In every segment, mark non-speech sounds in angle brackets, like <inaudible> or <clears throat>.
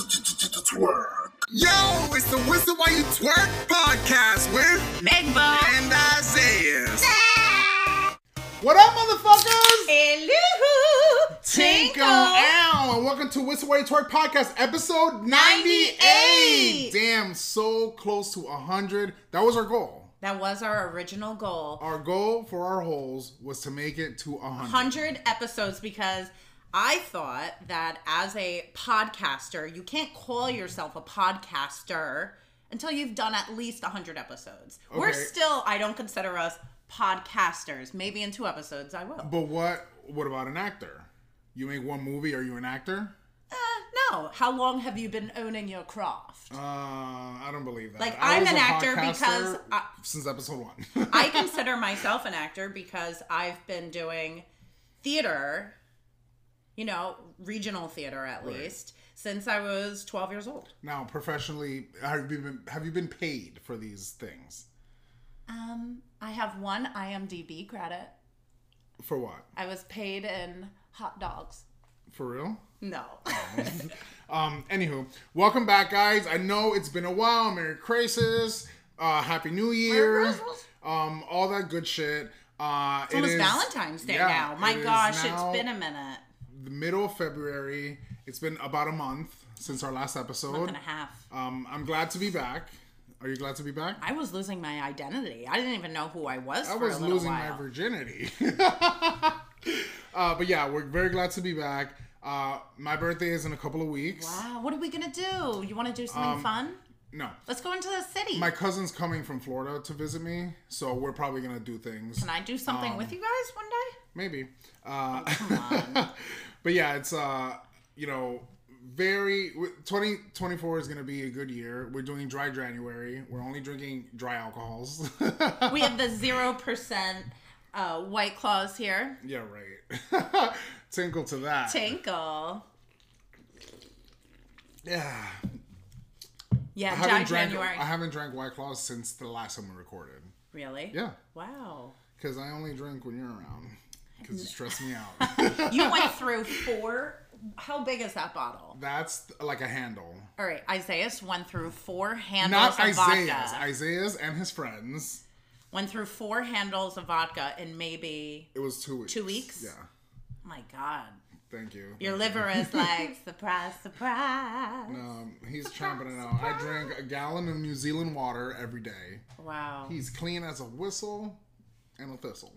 Twerk. Yo, it's the Whistle While You Twerk podcast with Megbo. and Isaiah. What up, motherfuckers? Hello. Tinko Ow, and welcome to Whistle While You Twerk podcast, episode 98. 98. Damn, so close to 100. That was our goal. That was our original goal. Our goal for our holes was to make it to 100. 100 episodes because I thought that as a podcaster, you can't call yourself a podcaster until you've done at least 100 episodes. We're Okay. still, I don't consider us podcasters. Maybe in two episodes I will. But what what about an actor? You make one movie, are you an actor? Eh, no. How long have you been owning your craft? Uh, I don't believe that. Like, I I'm was an a actor podcaster because I- since episode <laughs> one. I consider myself an actor because I've been doing theater, you know, regional theater at least, since I was 12 years old. now, professionally, have you been have you been paid for these things? Um, I have one IMDb credit. For what? I was paid in hot dogs. For real? No. Oh, <laughs> Um. Anywho, welcome back, guys. I know it's been a while. Merry Christmas. Uh, Happy New Year. Christmas. Um, all that good shit. Uh, It was Valentine's Day now. My gosh, it's been a minute. the middle of February. It's been about a month since our last Month episode. and a half. Um, I'm glad to be back. Are you glad to be back? I was losing my identity. I didn't even know who I was I for was a little losing while. my virginity. <laughs> uh, but yeah, we're very glad to be back. Uh, my birthday is in a couple of weeks. wow, what are we gonna do? You wanna do something fun? No. Let's go into the city. Um, My cousin's coming from Florida to visit me, so we're probably going to do things. Can I Oh, do something Um, with you guys one day? Maybe. Uh, <laughs> but yeah, it's, uh, you know, very. 2024 is going to be a good year. We're doing dry January. We're only drinking dry alcohols. <laughs> We have the zero percent uh, white claws here. yeah, right. <laughs> Tinkle to that. Tinkle. yeah. Yeah, I haven't Jack drank. January. I haven't drank White Claws since the last time we recorded. Really? Yeah, <laughs> Wow. because I only drink when you're around. Because you stress <laughs> me out. <laughs> You went through four. How big is that bottle? That's th- like a handle. All right, Isaiah's went through four handles of Not Isaiah's. vodka. Isaiah's and his friends. Went through four handles of vodka in maybe. It was two weeks. Two weeks? Yeah. My God, Thank you. your liver <laughs> is like surprise, surprise. Um, he's chomping it out. I drink a gallon of New Zealand water every day. Wow. He's clean as a whistle and a thistle.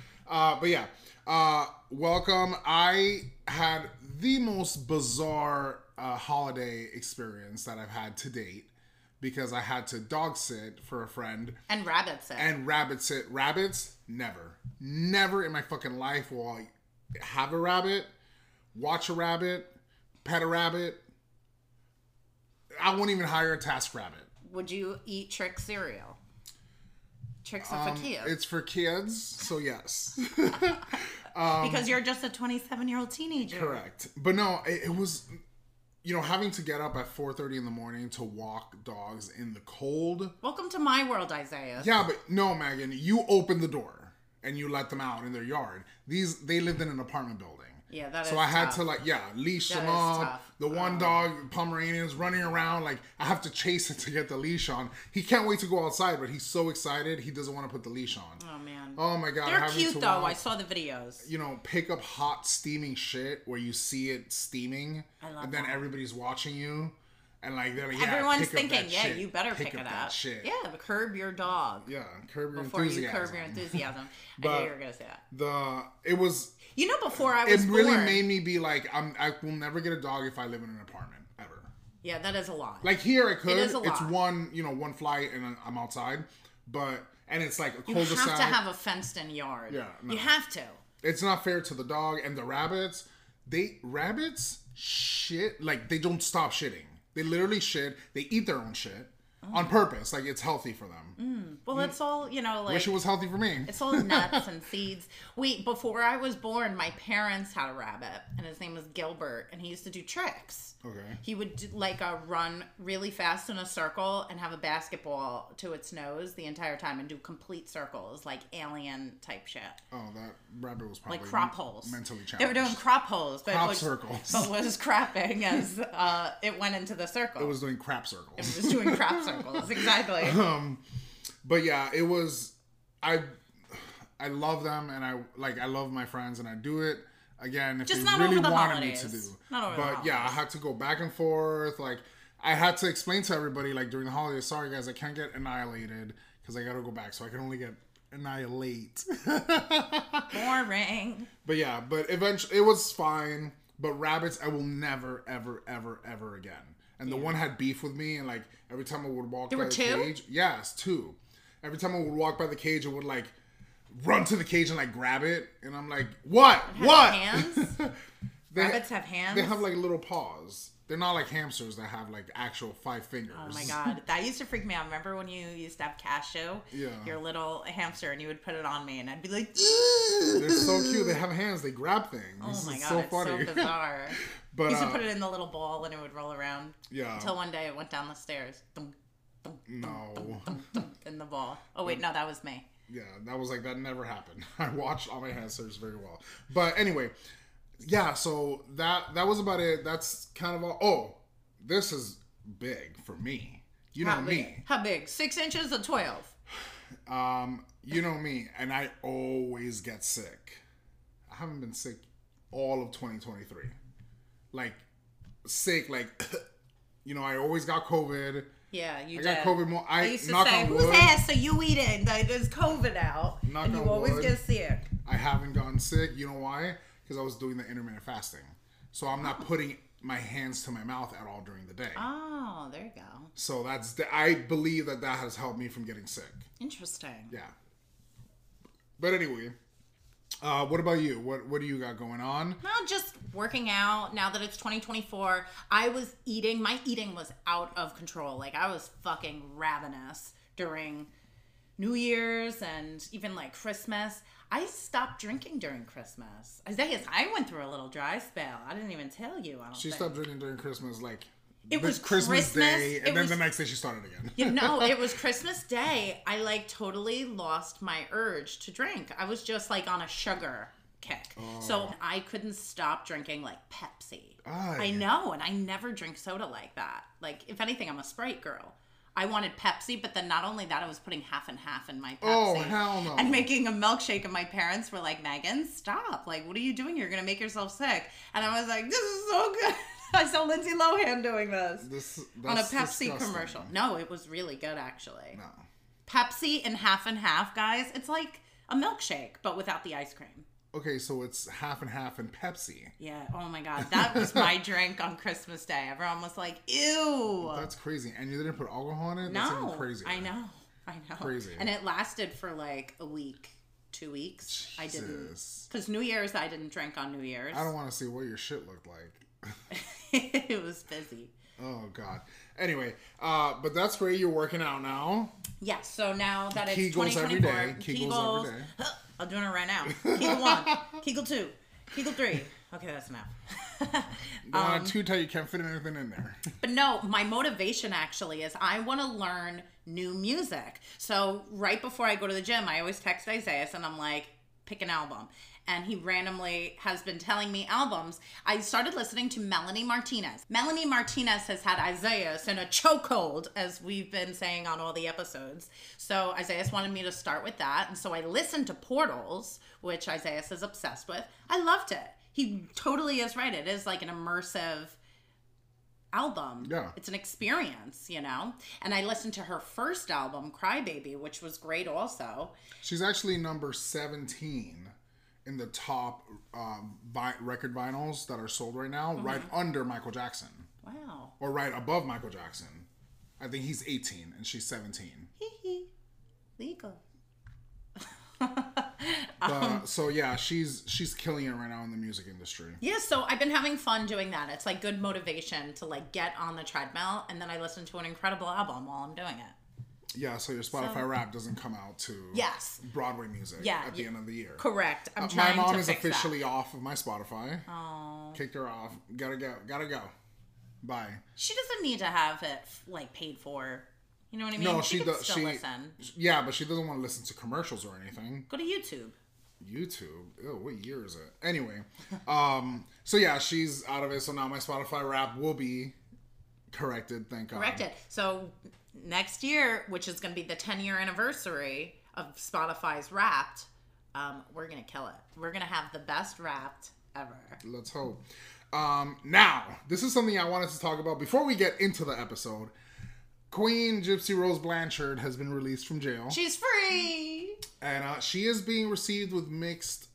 <laughs> uh, but yeah, uh, welcome. I had the most bizarre uh, holiday experience that I've had to date because I had to dog sit for a friend And rabbits it. and rabbit sit. Rabbits, never. Never in my fucking life will I have a rabbit, watch a rabbit, pet a rabbit. I won't even hire a task rabbit. Would you eat trick cereal? Tricks Um, of Fakia. It's for kids, <laughs> so yes, because you're just a 27 year old teenager. Oh correct. But no, it, it was, you know, having to get up at four thirty in the morning to walk dogs in the cold. Welcome to my world, Isaiah. Yeah, but no, Megan, you opened the door and you let them out in their yard. These they lived in an apartment building. Yeah, that So is I had tough. to like yeah leash That them is up. tough. Oh. The one dog Pomeranian is running around like I have to chase it <laughs> to get the leash on. He can't wait to go outside, but he's so excited he doesn't want to put the leash on. Oh, man. Oh my god! They're having to cute, though. walk- I saw the videos. you know, pick up hot steaming shit where you see it steaming, I love and then that. everybody's watching you, and like they're like, yeah, Everyone's pick up thinking, that yeah, shit. you better pick, it that up. shit. Yeah, curb your dog yeah, curb your before you enthusiasm. curb your <laughs> enthusiasm. I But- knew you were going to say that. the it was You know, before I it was really born. made me be like, I'm I will never get a dog if I live in an apartment ever. yeah, that is a lot. Like here, I could. is a It's lot. one you know one flight and I'm outside, but and it's like a you have cul-de-sac. to have a fenced in yard. Yeah, no. You have to. It's not fair to the dog and the rabbits. They rabbits shit like they don't stop shitting. They literally shit. They eat their own shit. Oh. on purpose. Like it's healthy for them. Well, it's all you know, Mm, like Wish it was healthy for me. It's all nuts and seeds. Wait, before I was born, my parents had a rabbit, and his name was Gilbert, and he used to do tricks. Okay. He would do, like uh, run really fast in a circle and have a basketball to its nose the entire time and do complete circles, like alien type shit, Oh, that rabbit was probably like crop holes. mentally challenged. They were doing crop holes, but Crop it was, circles. but <laughs> was crapping as uh, it went into the circle. It was doing crap circles. it was doing crop circles <laughs> exactly. but yeah, it was. I I love them, and I like I love my friends, and I do it again if Just they not really over the wanted me to do. holidays. Not over the but yeah, I had to go back and forth. Like I had to explain to everybody like during the holidays. Sorry guys, I can't get annihilated because I got to go back, so I can only get annihilate. <laughs> Boring. But yeah, but eventually it was fine. But rabbits, I will never, ever, ever, ever again. And the one had beef with me, and like every time I would walk There by were the two? cage, yes, two. Every time I would walk by the cage, it would like run to the cage and like grab it, and I'm like, what, Have what? Hands. They, Rabbits have hands. They have like little paws. They're not like hamsters that have like actual five fingers. Oh my god, that used to freak me out. Remember when you used to have Cashew, Yeah. your little hamster, and you would put it on me, and I'd be <laughs> like, They're so cute. They have hands. They grab things. "Oh my god, it's so it's funny. <laughs> so bizarre." but you used to uh, Uh-huh. put it in the little ball, and it would roll around. Yeah. Until one day, it went down the stairs. Thump, thump, no. thump, thump, in <laughs> the ball. Oh wait, no, that was me. yeah, that was like that never happened. <laughs> I watched all my hamsters very well, but anyway, yeah. So that that was about it. That's kind of all. Oh, this is big for me. You know How me. big? How big? Six inches or twelve? Um, you know me, and I always get sick. I haven't been sick all of 2023. Like sick, like <coughs> you know, I always got COVID. Yeah, you I did. got COVID more. I, I used to knock say, on "Whose wood, ass are you eating?" Like, there's COVID out, Knock and you on always wood. get sick. I haven't gotten sick. You know why? Because I was doing the intermittent fasting. So I'm not putting my hands to my mouth at all during the day. Oh, there you go. So that's the, I believe that that has helped me from getting sick. Interesting. Yeah. But anyway, uh, what about you? What what do you got going on? No, just working out. Now that it's 2024, I was eating. My eating was out of control. Like I was fucking ravenous during New Year's and even like Christmas. I stopped drinking during Christmas. Isaiah, I went through a little dry spell. I didn't even tell you. I don't. She think. stopped drinking during Christmas, like It the was Christmas, Day, and it then was- the next day she started again. <laughs> You know, it was Christmas Day. I like totally lost my urge to drink. I was just like on a sugar kick. Oh. So I couldn't stop drinking like Pepsi. Aye. I know, and I never drink soda like that. Like, if anything, I'm a Sprite girl. I wanted Pepsi, but then not only that, I was putting half and half in my Pepsi. Oh, hell no. And making a milkshake, and my parents were like, Megan, stop. Like, what are you doing? You're going to make yourself sick. And I was like, this is so good. <laughs> I saw Lindsay Lohan doing this This on a that's Pepsi disgusting. commercial. No, it was really good actually. No. Pepsi and half and half, guys. It's like a milkshake but without the ice cream. Okay, so it's half and half in Pepsi. Yeah. Oh my god, that <laughs> was my drink on Christmas Day. Everyone was like, "Ew." That's crazy. And you didn't put alcohol in it? That's no. even crazier. I know. I know. Crazy. And it lasted for like a week, two weeks. I didn't Jesus. because New Year's I didn't drink on New Year's. I don't want to see what your shit looked like. <laughs> it was busy. Oh God. Anyway, uh, but that's great. You're working out now. Yes. so now that it's Kegels 2024, every day. Kegels Kegels. every day. I'm doing it right now. Kegel one, Kegel two, Kegel three. Okay, that's enough. <laughs> Don't Um, want it too tight. You can't fit anything in there. <laughs> But no, my motivation actually is I want to learn new music. So right before I go to the gym, I always text Isaiah and I'm like, pick an album. And he randomly has been telling me albums. I started listening to Melanie Martinez. Melanie Martinez has had Isaiah in a chokehold, as we've been saying on all the episodes. So Isaiah wanted me to start with that. And so I listened to Portals, which Isaiah is obsessed with. I loved it. He totally is right. It is like an immersive album. Yeah. It's an experience, you know? And I listened to her first album, Crybaby, which was great also. She's actually number 17 in the top um, vi- record vinyls that are sold right now, right Mm-hmm. under Michael Jackson Wow. or right above Michael Jackson. I think he's 18 and she's 17. <laughs> Hee hee. Legal. The- so yeah, she's she's killing it right now in the music industry. Yeah, so I've been having fun doing that. It's like good motivation to like get on the treadmill and then I listen to an incredible album while I'm doing it. Yeah, so your Spotify So- rap doesn't come out to Yes. Broadway music Yeah, at the yeah. end of the year. Correct. I'm Uh, My trying mom to is fix officially that. off of my Spotify. Aw. Kicked her off. Gotta go. Gotta go. Bye. She doesn't need to have it like paid for. You know what I mean? No, she can does- still she- listen. Yeah, but she doesn't want to listen to commercials or anything. Go to YouTube. YouTube. Oh, what year is it? <laughs> Anyway, um, so yeah, she's out of it. So now my Spotify rap will be corrected. Thank God. Correct it. So next year, which is going to be the 10 year anniversary of Spotify's Wrapped, um, we're going to kill it. We're going to have the best Wrapped ever. Let's hope. Um, now, this is something I wanted to talk about before we get into the episode. Queen Gypsy Rose Blanchard has been released from jail, She's free. and uh, she is being received with mixed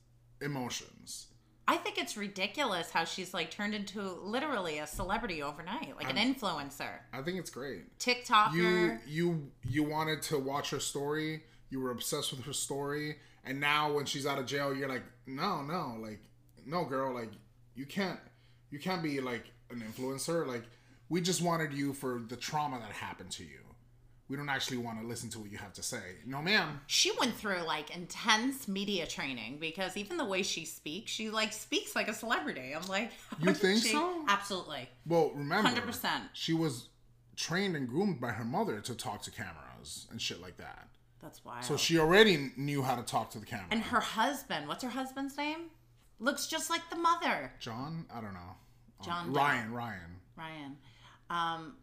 emotions. I think it's ridiculous how she's like turned into literally a celebrity overnight, like an influencer, I think it's great. TikToker. You you you wanted to watch her story. You were obsessed with her story, and now when she's out of jail, you're like, no, no, like, no, girl, like, you can't, you can't be like an influencer. Like, we just wanted you for the trauma that happened to you. We don't actually want to listen to what you have to say. No, ma'am. she went through like intense media training because even the way she speaks, she like speaks like a celebrity. I'm like, <laughs> how You did think she- so? Absolutely. Well, remember, 100%. she was trained and groomed by her mother to talk to cameras and shit like that. That's wild. So she already knew how to talk to the camera. And her husband, what's her husband's name? Looks just like the mother, John, I don't know. Um, John Doe. Ryan, Ryan. Ryan. Um,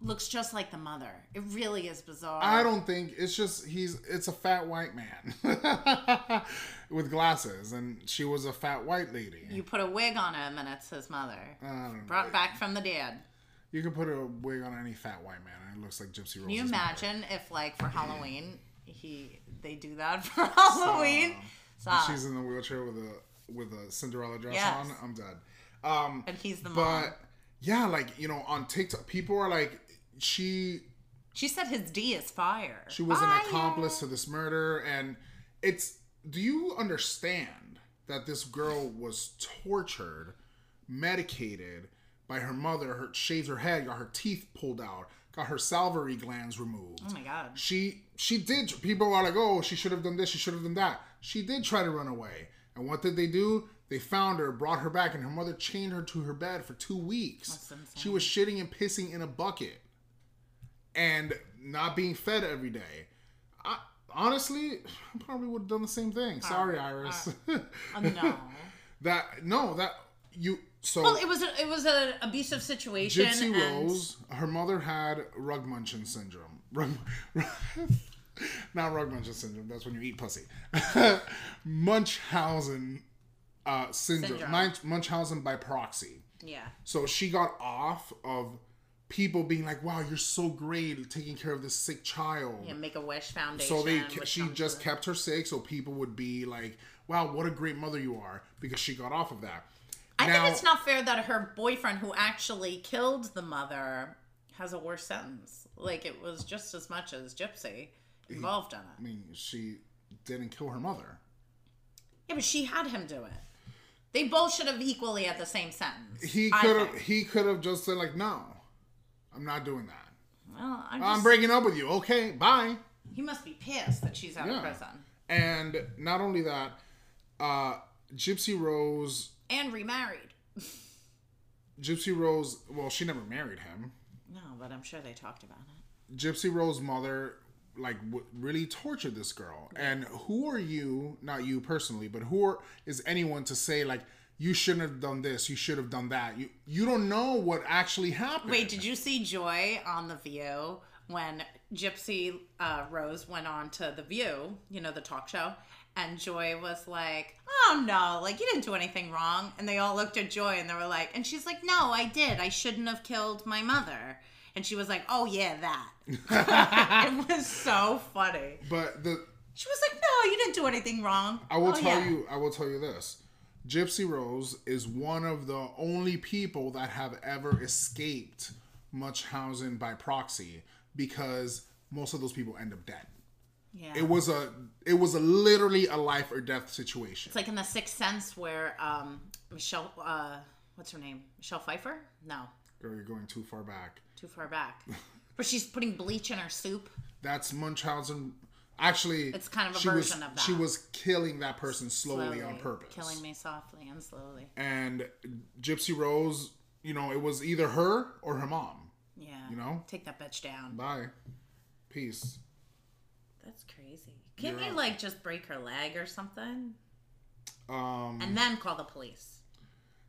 looks just like the mother. It really is bizarre. I don't think it's just he's it's a fat white man <laughs> with glasses, and she was a fat white lady. You put a wig on him, and it's his mother. I don't know. Brought back from the dead. You can put a wig on any fat white man, and it looks like Gypsy Rose. Can you imagine if, like, for Halloween, he they do that <laughs> for Halloween? Stop. She's in the wheelchair with a with a Cinderella dress Yes. on. I'm dead. Um, and he's the mom. but yeah, like you know, on TikTok, people are like, she she said his D is fire. she was an Fire. accomplice to this murder, and it's. Do you understand that this girl was tortured, medicated by her mother? Her shaved her head, got her teeth pulled out, got her salivary glands removed. Oh my god. She she did. People are like, oh, she should have done this. She should have done that. She did try to run away, and what did they do? They found her, brought her back, and her mother chained her to her bed for two weeks. She was shitting and pissing in a bucket, and not being fed every day. I honestly, I probably would have done the same thing. Sorry, Iris. Oh, no. <laughs> that no, that you. So Well, it was a, it was an abusive situation. Gypsy and Rose, her mother had Rugmunchen syndrome. <laughs> Rug, not Rugmunchen syndrome. That's when you eat pussy. <laughs> Munchausen uh, syndrome. Syndrome. Munch- Munchausen by proxy. Yeah. So she got off of people being like, "Wow, you're so great at taking care of this sick child." Yeah, Make a Wish Foundation. So they which she comes just with- kept her sick, so people would be like, "Wow, what a great mother you are," because she got off of that. I think it's not fair that her boyfriend, who actually killed the mother, has a worse sentence. Like it was just as much as Gypsy involved in I it. mean, she didn't kill her mother. Yeah, but she had him do it. They both should have equally had the same sentence. He I could have. think. He could have just said like, "No, I'm not doing that. Well, I'm I'm just- breaking up with you. Okay, bye." he must be pissed that she's out Yeah. of prison And not only that, uh, Gypsy Rose. and remarried. Gypsy Rose. Well, she never married him. No, but I'm sure they talked about it. Gypsy Rose's mother like w- really tortured this girl. And who are you? Not you personally, but who are, is anyone to say like you shouldn't have done this? You should have done that. You you don't know what actually happened. Wait, did you see Joy on The View when Gypsy uh, Rose went on to The View, you know, the talk show? And Joy was like, oh no, like you didn't do anything wrong. And they all looked at Joy and they were like, and she's like, no, I did. I shouldn't have killed my mother. And she was like, oh yeah, that. <laughs> it was so funny. But the She was like, no, you didn't do anything wrong. I will "Oh, tell yeah." you. I will tell you this. Gypsy Rose is one of the only people that have ever escaped Munchausen by proxy because most of those people end up dead. Yeah. It was a it was a literally a life or death situation. It's like in The Sixth Sense where um, Michelle, uh, what's her name? Michelle Pfeiffer? No, Girl, you're going too far back. too far <laughs> back. Where she's putting bleach in her soup. That's Munchausen. Actually, It's kind of a she was- version of that. She was killing that person slowly, on Slowly, purpose. Killing me softly and slowly. And Gypsy Rose, you know, it was either her or her mom. Yeah. You know? Take that bitch down. Bye. Peace. That's crazy. Can't You're you out. like just break her leg or something? Um, And then call the police.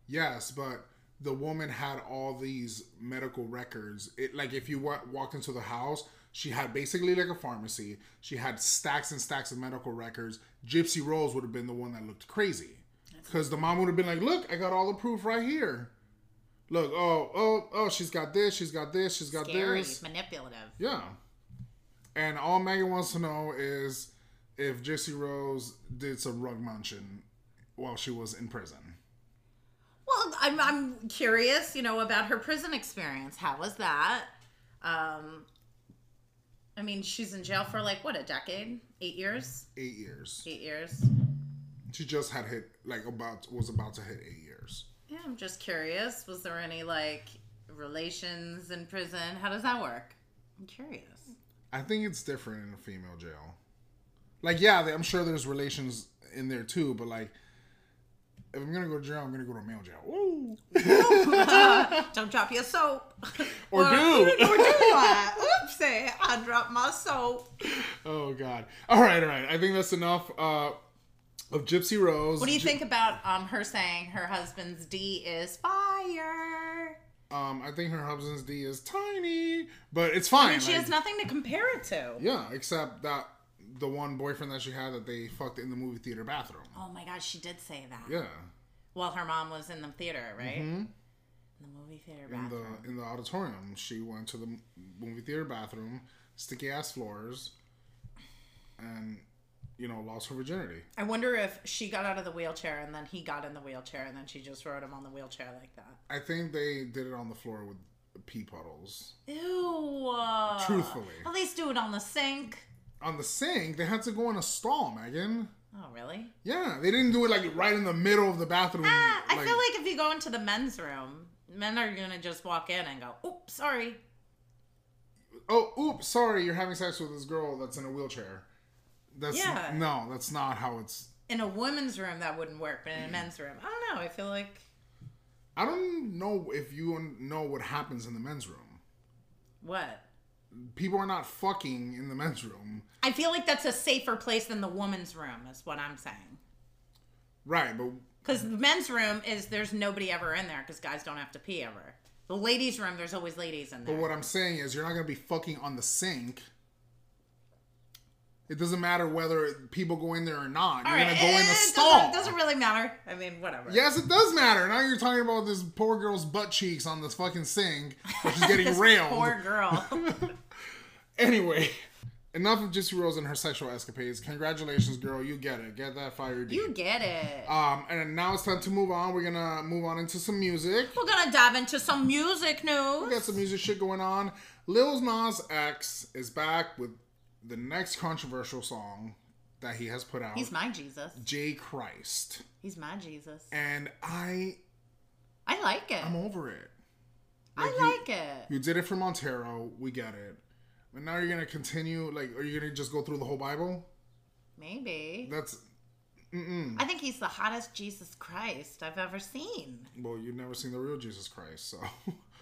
yes, but the woman had all these medical records. It like if you wa- walked into the house, she had basically like a pharmacy. She had stacks and stacks of medical records. Gypsy Rose would have been the one that looked crazy, because the mom would have been like, "Look, I got all the proof right here. Look, oh, oh, oh, she's got this. She's got this. She's got Scary, this. manipulative. Yeah. And all Megan wants to know is if Gypsy Rose did some rug munching while she was in prison. Well, I'm, I'm curious, you know, about her prison experience. How was that? Um, I mean, she's in jail for like what a decade, eight years, Eight years. eight years. She just had hit like about was about to hit eight years. Yeah, I'm just curious. Was there any like relations in prison? How does that work? I'm curious. I think it's different in a female jail. Like yeah, I'm sure there's relations in there too, but like if I'm gonna go to jail, I'm gonna go to a male jail. Ooh. <laughs> Don't drop your <laughs> soap. Or do. Or <laughs> do what? Oopsie, I dropped my soap. Oh god. All right, all right. I think that's enough uh, of Gypsy Rose. What do you think about um, her saying her husband's D is fire? Um, I think her husband's D is tiny, but it's fine. And she like- has nothing to compare it to. Yeah, except that the one boyfriend that she had that they fucked in the movie theater bathroom. Oh my god, she did say that. Yeah, Mm-hmm. While her mom was in the theater, right? In the movie theater in bathroom. the in the auditorium, she went to the m- movie theater bathroom, sticky ass floors, and you know lost her virginity. I wonder if she got out of the wheelchair and then he got in the wheelchair and then she just rode him on the wheelchair like that. I think they did it on the floor with pee puddles. Ew. Truthfully. At least do it on the sink. On the sink, they had to go in a stall, Megan. Oh, Mm, really? Yeah, they didn't do it like right in the middle of the bathroom. Ah, I feel like if you go into the men's room, men are going to just walk in and go, oops, sorry. oh, oops, sorry, you're having sex with this girl that's in a wheelchair. That's Yeah. no, that's not how it's In a women's room, that wouldn't work, but in a Mm. men's room, I don't know. I feel like, I don't know if you know what happens in the men's room. what? People are not fucking in the men's room. I feel like that's a safer place than the woman's room, is what I'm saying. Right, but Because the men's room is there's nobody ever in there because guys don't have to pee ever. The ladies' room, there's always ladies in but there. what I'm saying is you're not going to be fucking on the sink. It doesn't matter whether people go in there or not. You're going to go in the stall. eh, Doesn't, doesn't really matter. I mean, whatever. yes, it does matter. Now you're talking about this poor girl's butt cheeks on this fucking sink, which is <laughs> getting railed. Poor <laughs> girl. Anyway, enough of Gypsy Rose and her sexual escapades. Congratulations, girl. You get it. Get that fire deep. you get it. Um, and now it's time to move on. We're gonna move on into some music. We're gonna dive into some music We news. got some music shit going on. Lil Nas X is back with the next controversial song that he has put out. He's my Jesus. J Christ, He's my Jesus. and I I like it. I'm over it. I like it. You did it for Montero. We get it. But now you're gonna continue. Like, are you gonna just go through the whole Bible? Maybe. That's mm-mm. I think he's the hottest Jesus Christ I've ever seen. well, you've never seen the real Jesus Christ, so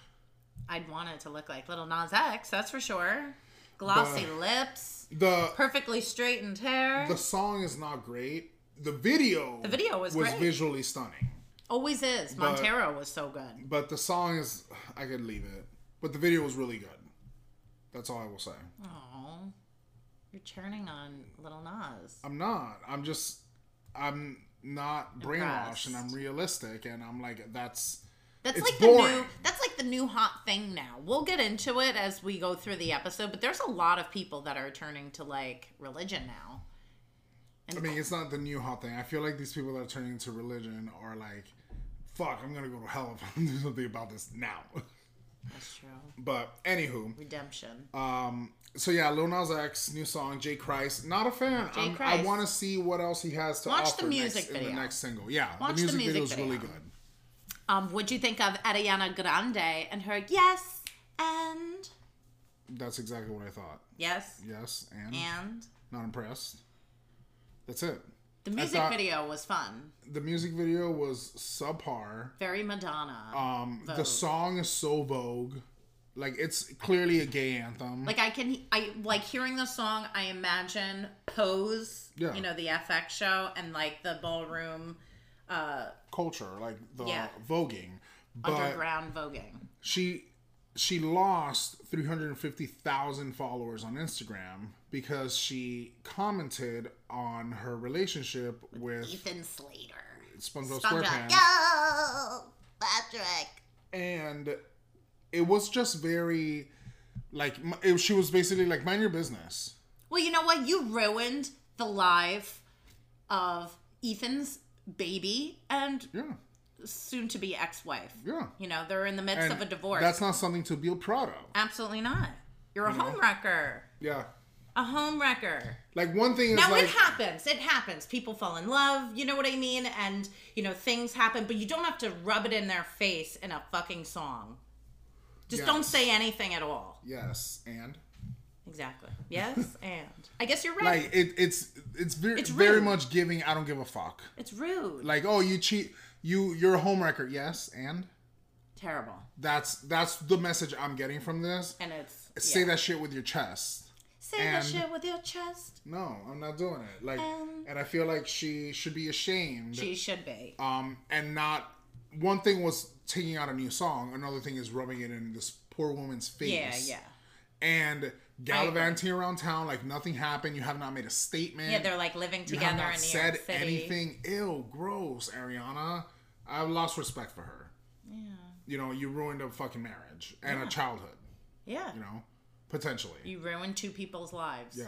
<laughs> I'd want it to look like little Nas X, that's for sure. Glossy lips. the perfectly straightened hair. the song is not great. The video The video was great. visually stunning, Always is. Montero was so good. but the song is I could leave it. But the video was really good. That's all I will say. Oh, you're turning on Little Nas. I'm not. I'm just. I'm not brainwashed, and I'm realistic, and I'm like that's. That's it's like the new. boring. That's like the new hot thing now. We'll get into it as we go through the episode. But there's a lot of people that are turning to like religion now. I mean, it's not the new hot thing. I feel like these people that are turning into religion are like, "Fuck, I'm gonna go to hell if I don't do something about this now." <laughs> That's true. But anywho, Redemption. um, so yeah, Lil Nas X new song, Jay Christ. Not a fan. Jay I'm- I Christ. want to see what else he has to Watch the offer music next, in video. the next single. Yeah, Watch the music video's video. really good. Um, what'd you think of Ariana Grande and her yes and That's exactly what I thought. yes Yes, and and not impressed. That's it. the music thought- video was fun. The music video was subpar. Very Madonna. Um, the Vogue. song is so Vogue, like it's clearly a gay anthem. Like I can, I like hearing the song. I imagine Pose, Yeah. you know, the FX show, and like the ballroom uh, culture, like the Yeah. voguing. But underground voguing. she she lost 350,000 followers on Instagram because she commented on her relationship with Ethan Slater, SpongeBob SpongeBob, SquarePants yo, Patrick. and it was just very like m- it, she was basically like mind your business. Well, you know what? You ruined the life of Ethan's baby and Yeah. soon-to-be ex-wife. Yeah. You know, they're in the midst And of a divorce. That's not something to be proud of. Absolutely not. You're a homewrecker. Yeah. A homewrecker. Like one thing is Now like it happens. It happens. People fall in love. You know what I mean? And you know things happen, but you don't have to rub it in their face in a fucking song. Just don't Yes. say anything at all. yes, and Exactly. Yes, <laughs> and I guess you're right. like it, it's it's very It's very rude. much giving I don't give a fuck. it's rude. Like oh you cheat you you're a homewrecker. Yes, and Terrible. That's that's the message I'm getting from this. And it's Say yeah. that shit with your chest. Say and- that shit with your chest. No, I'm not doing it. Like, Um, and I feel like she should be ashamed. She should be. um, and not. One thing was taking out a new song. Another thing is rubbing it in this poor woman's Yeah, face. yeah. And gallivanting around town like nothing happened. You have not made a statement. Yeah, they're like living you have together in New not York said City. anything. Ew, gross, Ariana. I've lost respect for her. Yeah. You know, you ruined a fucking marriage and a childhood. Yeah. You know, potentially. You ruined two people's lives. Yeah.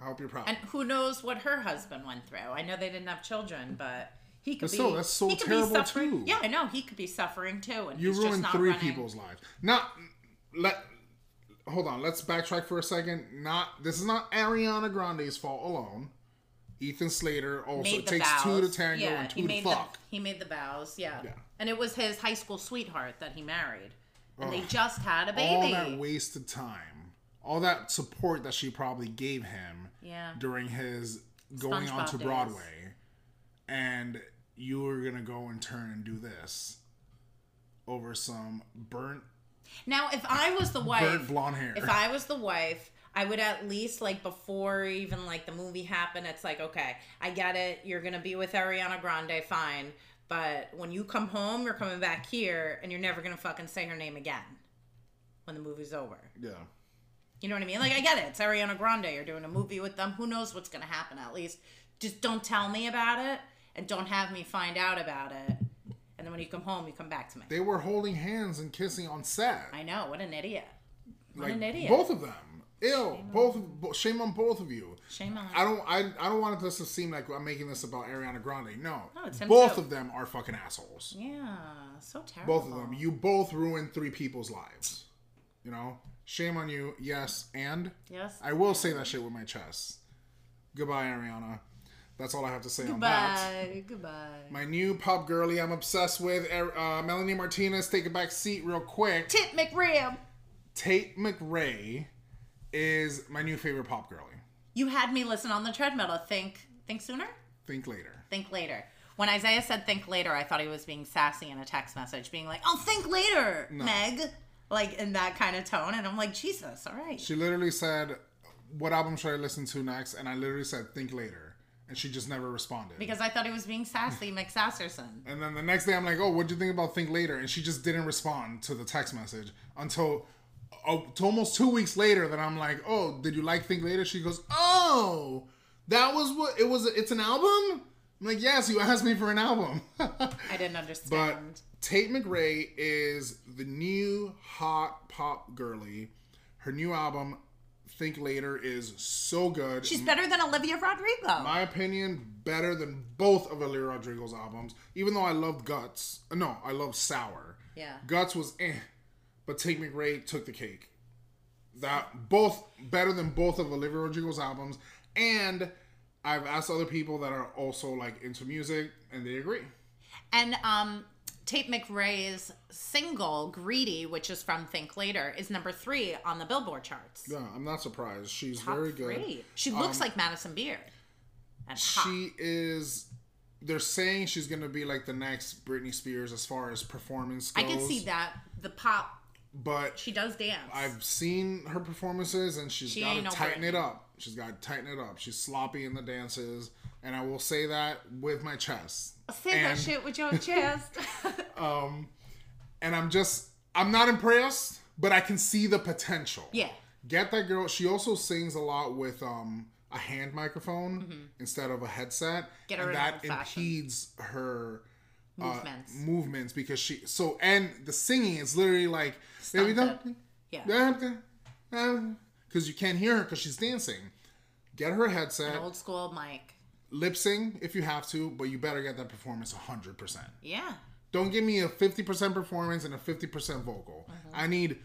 I hope you're proud. And who knows what her husband went through? I know they didn't have children, but he could But be. still, that's so he could terrible, be suffering. too. Yeah, I know he could be suffering too, and you he's just ruined not three running. people's lives. Not let hold on, let's backtrack for a second. Not this is not Ariana Grande's fault alone. Ethan Slater also Made it the takes vows. two to tango yeah, and he two to made fuck. The, he made the vows. Yeah. Yeah. and it was his high school sweetheart that he married, and they just had a baby. All that wasted time. All that support that she probably gave him yeah, during his going SpongeBob on to days. Broadway. And you were gonna go and turn and do this over some burnt Now, if I was the burnt wife, blonde hair. if I was the wife, I would at least like before even like the movie happened, it's like, okay, I get it. You're gonna be with Ariana Grande, fine. But when you come home, you're coming back here, and you're never gonna fucking say her name again when the movie's over. <laughs> yeah. You know what I mean? Like, I get it. It's Ariana Grande. You're doing a movie with them. Who knows what's gonna happen? At least just don't tell me about it, and don't have me find out about it. And then when you come home, you come back to me. They were holding hands and kissing on set. I know. What an idiot. What like an idiot. both of them. Ew. Both. bo- Shame on both of you. Shame on. I don't. I, I don't want this to seem like I'm making this about Ariana Grande. No. No, it's him both too. of them are fucking assholes. Yeah, so terrible. Both of them. You both ruined three people's lives. You know. Shame on you. Yes. And yes. I will say that shit with my chest. Goodbye, Ariana. That's all I have to say on that. Goodbye. My new pop girly I'm obsessed with, Er- uh, Melanie Martinez. Take a back seat real quick. Tit McRib. Tate McRae is my new favorite pop girly. You had me listen on the treadmill to think think sooner, Think later. think later. When Isaiah said think later, I thought he was being sassy in a text message, being like, I'll think later, Meg. Like in that kind of tone. And I'm like, Jesus, all right. She literally said, "What album should I listen to next?" And I literally said, "Think later," and she just never responded. Because I thought he was being <laughs> sassy, McSasserson. and then the next day, I'm like, "Oh, what'd you think about Think Later?" And she just didn't respond to the text message until, oh, to almost two weeks later. That I'm like, "Oh, did you like Think Later?" She goes, "Oh, that was what it was. It's an album." I'm like, "Yes, you asked me for an album." <laughs> I didn't But understand. Tate McRae is the new hot pop girly. Her new album, Think Later, is so good. She's better than Olivia Rodrigo. my opinion, better than both of Olivia Rodrigo's Uh, albums. Even though I loved Guts, no, I love Sour. yeah. Guts was eh, but Tate McRae took the cake. That both better than both of Olivia Rodrigo's albums, and I've asked other people that are also like into music, and they agree. And um, Tate McRae's single "Greedy," which is from Think Later, is number three on the Billboard charts. Yeah, I'm not surprised. She's Top very good. Um, three. She looks like Madison Beer. And hot. She is. They're saying she's gonna be like the next Britney Spears as far as performance I goes. can see that the pop. but She does dance. I've seen her performances, and she's She got to ain't no tighten Britney. it up. She's got to tighten it up. She's sloppy in the dances, and I will say that with my chest. Say and- that shit with <laughs> your chest. And I'm just, I'm not impressed, but I can see the potential. yeah. Get that girl. She also sings a lot with um a hand microphone instead of a headset, Mm-hmm. Get her and in that old fashioned. impedes her uh, Movements. movements because she. So and the singing is literally like baby Stunted. don't Yeah. <laughs> because you can't hear her because she's dancing. Get her a headset, Old school mic. lip sync if you have to, but you better get that performance 100%. Yeah. Don't give me a 50% performance and a 50% vocal. Uh-huh. I need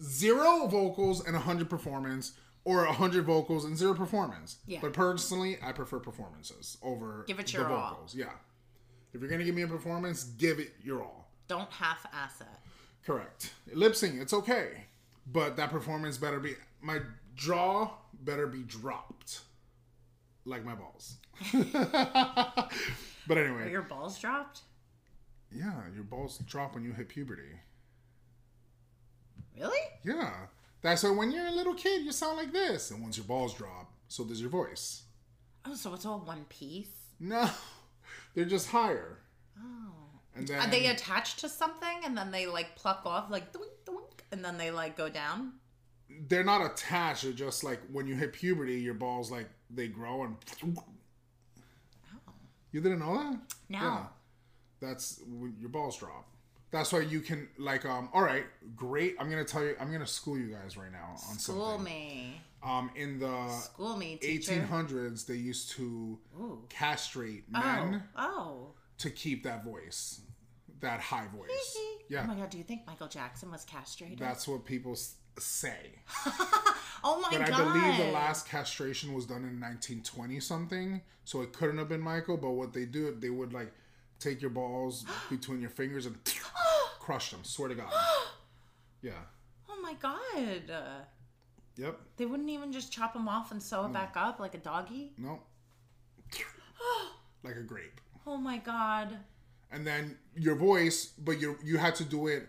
zero vocals and 100 performance, or 100 vocals and zero performance. Yeah. But personally, I prefer performances over Give it your all. Yeah. If you're going to give me a performance, give it your all. Don't half ass it. Correct. Lip sync, it's okay. But that performance better be my jaw better be dropped. Like my balls. <laughs> but Are anyway. your balls dropped? Yeah, your balls drop when you hit puberty. Really? Yeah. That's why when you're a little kid you sound like this. And once your balls drop, so does your voice. Oh, so it's all one piece. No. <laughs> They're just higher. Oh. And then Are they attached to something and then they like pluck off like doink doink and then they like go down? they're not attached, they're just like when you hit puberty, your balls like they grow and Oh. You didn't know that? No. Yeah. That's when your balls drop. That's why you can like um all right, great. I'm going to tell you I'm going to school you guys right now on School something. me. Um in the School me, teacher. 1800s they used to Ooh. castrate Oh. men Oh. to keep that voice, that high voice. Oh my yeah. god, do you think Michael Jackson was castrated? That's what people s- say. oh my But god. I believe the last castration was done in 1920 something, so it couldn't have been Michael. But what they do, they would like take <gasps> your balls between your fingers and crush them. Swear to God. Yeah. Oh my god. Yep. They wouldn't even just chop him off and sew it back up like a doggy? No. <gasps> Like a grape. Oh my god. And then your voice, but you you had to do it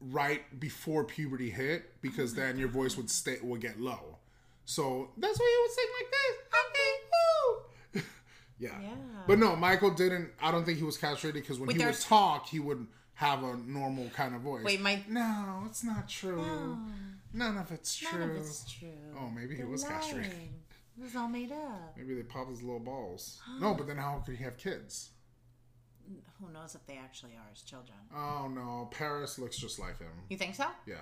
right before puberty hit because Mm-hmm. then your voice would stay would get low. So that's why you would sing like this. Okay, woo. <laughs> yeah. Yeah. But no, Michael didn't. I don't think he was castrated because when Wait, he would there's- talk, he would have a normal kind of voice. Wait, my no, it's not true. None of it's true. Oh, none of it's true. Oh, maybe he You're was castrated. lying. It was all made up. Maybe they pop his <gasps> little balls. no, but then how could he have kids? Who knows if they actually are his children? Oh no, Paris looks just like him. You think so? Yeah.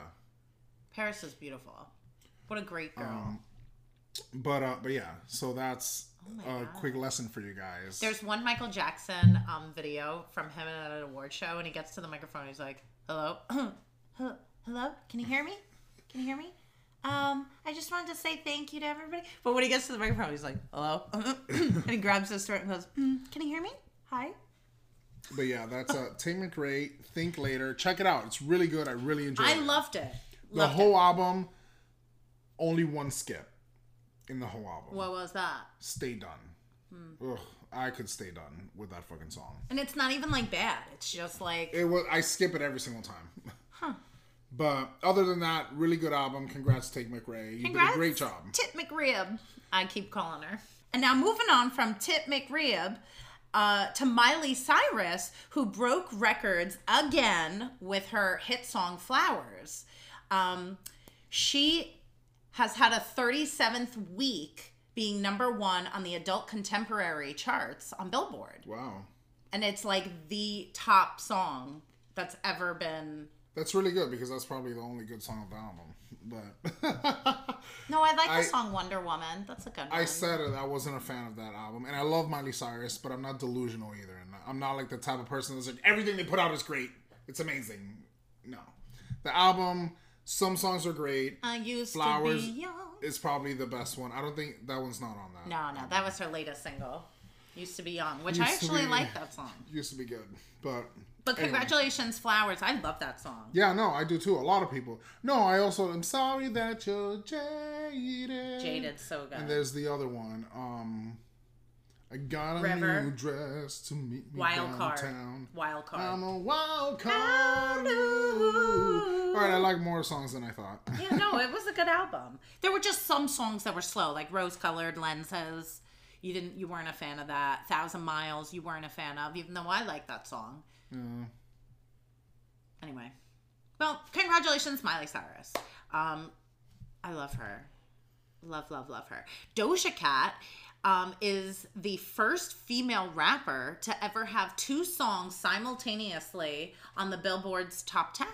Paris is beautiful. What a great girl. Um, but uh, but yeah, so that's Oh my a God. quick lesson for you guys. There's one Michael Jackson um, video from him at an award show, and he gets to the microphone. And he's like, "Hello, <clears throat> Hel- hello, can you hear me? Can you hear me? Um, I just wanted to say thank you to everybody." But when he gets to the microphone, he's like, "Hello," <clears throat> and he grabs his throat and goes, "Mm, "Can you hear me? Hi." but yeah, that's uh, Tate McRae. Think later. Check it out. It's really good. I really enjoyed. I it. loved it. the Loved whole album. Only one skip in the whole album. it. What was that? stay done. Hmm. Ugh, I could stay done with that fucking song. And it's not even like bad. It's just like It was. I skip it every single time. <laughs> But other than that, really good album. Congrats, Tate McRae. You did Congrats, a great job. Tit McRib. I keep calling her. And now moving on from Tit McRib uh, to Miley Cyrus, who broke records again with her hit song Flowers. Um, she has had a 37th week being number one on the adult contemporary charts on Billboard. Wow, And it's like the top song that's ever been. that's really good because that's probably the only good song of the album. But <laughs> No, I like I- the song Wonder Woman. That's a good one. I said it. I wasn't a fan of that album, and I love Miley Cyrus, but I'm not delusional either, and I'm not like the type of person that's like everything they put out is great. It's amazing. No, the album. Some songs are great. I used Flowers to be young. It's probably the best one. I don't think that one's not on that. Um, No, no, that was her latest single. Used to be young, which I Used to actually Be- like that song. Used to be good, but But anyway. congratulations, Flowers. I love that song. Yeah, no, I do too. A lot of people. No, I also am sorry that you're jaded. Jaded, so good. And there's the other one. Um, I got a River. new dress to meet me wild card. downtown. Wild card. I'm a wild card. ooh. All right, I like more songs than I thought. yeah, no, it was a good album. There were just some songs that were slow, like Rose Colored Lenses. You didn't you weren't a fan of that. Thousand Miles, you weren't a fan of, even though I like that song. Anyway. Well, congratulations, Miley Cyrus. Um, I love her. Love, love, love her. Doja Cat um, is the first female rapper to ever have two songs simultaneously on the Billboard's top 10.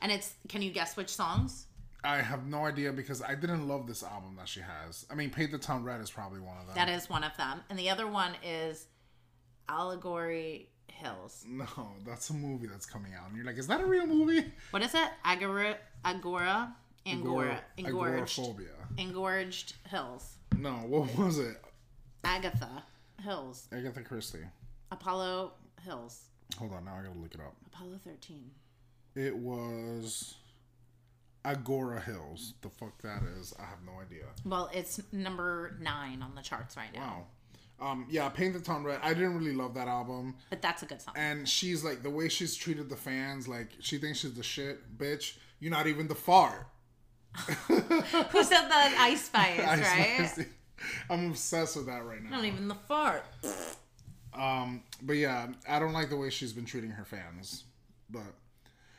And it's, can you guess which songs? I have no idea because I didn't love this album that she has. I mean, Paint the Town Red is probably one of them. That is one of them. And the other one is Allegory Hills. no, that's a movie that's coming out. And you're like, is that a real movie? What is it? Agora, Agora, Angora, Engorged, Agoraphobia. Engorged Hills. No, what was it? Agatha Hills. Agatha Christie. Apollo Hills. Hold on, now I gotta look it up. Apollo 13. It was Agora Hills. The fuck that is, I have no idea. Well, it's number nine on the charts right now. Wow. Um, yeah, Paint the Town Red. I didn't really love that album. But that's a good song. And she's like the way she's treated the fans, like she thinks she's the shit, bitch. You're not even the fart. <laughs> <laughs> Who said that? Ice Spice, I right? swear- I'm obsessed with that right now. Not even the fart. Um, but yeah, I don't like the way she's been treating her fans. But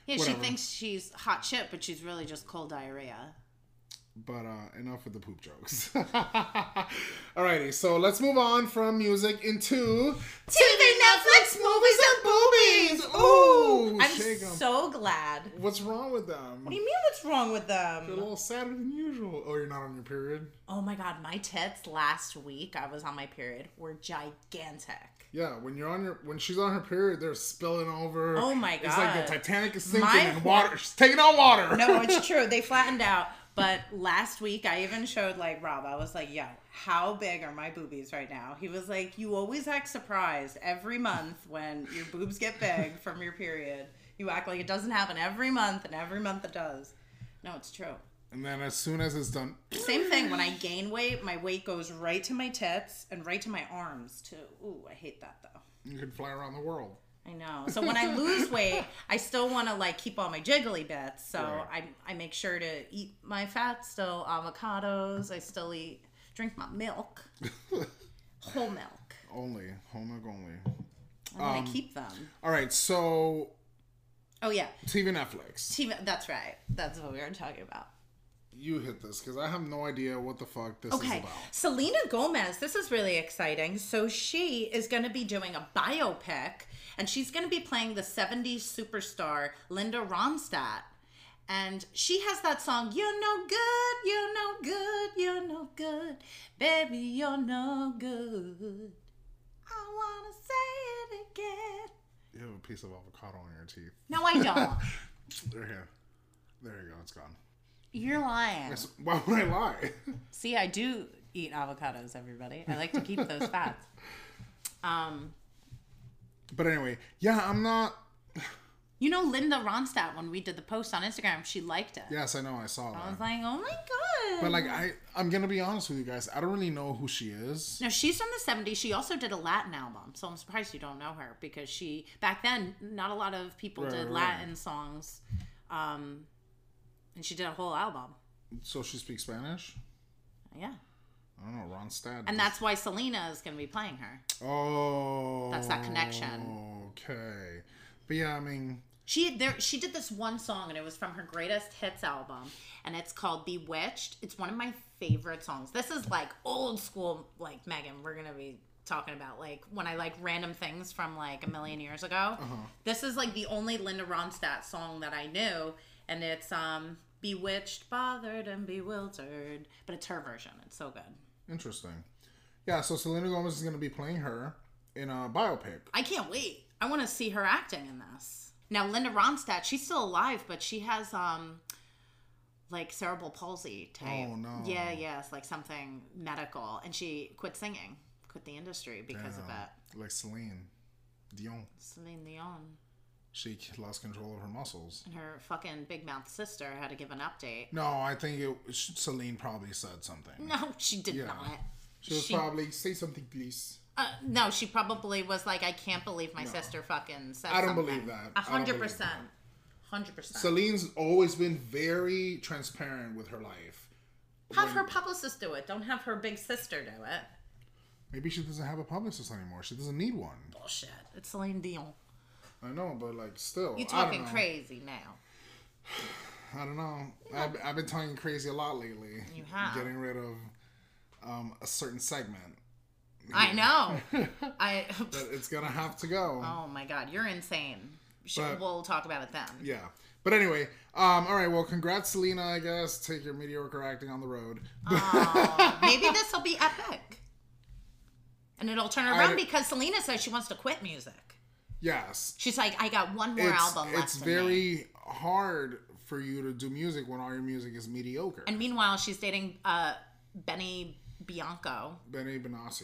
Yeah, Whatever. she thinks she's hot shit, but she's really just cold diarrhea. But uh, enough with the poop jokes. <laughs> Alrighty, so let's move on from music into TV, Netflix, movies, and boobies. Ooh, I'm shake 'em. so glad. What's wrong with them? What do you mean? What's wrong with You're a them? little sadder than usual. Oh, you're not on your period. Oh my god, my tits last week I was on my period were gigantic. Yeah, when you're on your when she's on her period, they're spilling over. Oh my It's like God. the Titanic is sinking My and water. She's taking on water. No, <laughs> it's true. They flattened out. But last week I even showed like Rob. I was like, "Yo, how big are my boobies right now?" He was like, "You always act surprised every month when your boobs get big from your period. You act like it doesn't happen every month, and every month it does." No, it's true. and then as soon as it's done, Same thing. When I gain weight, my weight goes right to my tits and right to my arms too. Ooh, I hate that though. you can fly around the world. I know. So when I lose weight, I still want to like keep all my jiggly bits. So I I make sure to eat my fat still, avocados. I still eat, drink my milk, whole milk, Only home milk only. and I keep them. All right, so Oh yeah, TV Netflix. T- that's right. That's what we were talking about. You hit this because I have no idea what the fuck this is Okay, about. Selena Gomez, this is really exciting. So she is going to be doing a biopic and she's going to be playing the 70s superstar Linda Ronstadt. And she has that song, You're No Good, You're No Good, You're No Good, Baby, You're No Good. I want to say it again. You have a piece of avocado on your teeth. No, I don't. They're here. There you go. It's gone. <laughs> You're lying. So why would I lie? <laughs> See, I do eat avocados, everybody. I like to keep those fats. Um, but anyway, yeah, I'm not. You know, Linda Ronstadt, when we did the post on Instagram, she liked it. Yes, I know. I saw I was that. like, oh my God. But like, I I'm gonna be honest with you guys. I don't really know who she is. now, she's from the 70s. She also did a Latin album. So I'm surprised you don't know her because she, back then, not a lot of people Right, did right, Latin songs. Um, and she did a whole album. So she speaks Spanish. Yeah. I don't know. Ronstadt. And that's why Selena is going to be playing her. oh. That's that connection. Okay. But yeah, I mean, She there she did this one song and it was from her greatest hits album and it's called Bewitched. It's one of my favorite songs. This is like old school like Megan, we're gonna be talking about like when I like random things from like a million years ago. This is like the only Linda Ronstadt song that I knew and it's um Bewitched, Bothered and Bewildered. But it's her version. It's so good. interesting. Yeah. So Selena Gomez is gonna be playing her in a biopic. I can't wait. I wanna see her acting in this. Now Linda Ronstadt, she's still alive, but she has um like cerebral palsy type. Oh, no. Yeah, yeah, it's like something medical. And she quit singing, quit the industry because of Yeah. that. Um, Like Celine Dion. Celine Dion She lost control of her muscles. and her fucking big mouth sister had to give an update. <laughs> No, I think it, Celine probably said something. No, she did Yeah. not. She was She- probably, say something, please. Uh, no, she probably was like, I can't believe my sister fucking said I don't something." believe that. A I don't hundred believe percent. that. Hundred percent. Celine's always been very transparent with her life. Have her publicist do it. Don't have her big sister do it. Maybe she doesn't have a publicist anymore. She doesn't need one. Bullshit. It's Celine Dion. I know, but like, still, You're I talking don't know. crazy now. I don't know. I've, I've been talking crazy a lot lately. You have. getting rid of um, a certain segment. I know. <laughs> I. But it's gonna have to go. <laughs> Oh my god, you're insane. Sh But- we'll talk about it then. Yeah. But anyway, um, all right. Well, congrats, Selena. I guess take your mediocre acting on the road. <laughs> Aw, maybe this will be epic, and it'll turn around I- because Selena says she wants to quit music. yes, She's like, I got one more it's, album left. it's in me. very hard for you to do music when all your music is mediocre. And meanwhile, she's dating uh, Benny Bianco, Benny Benassi.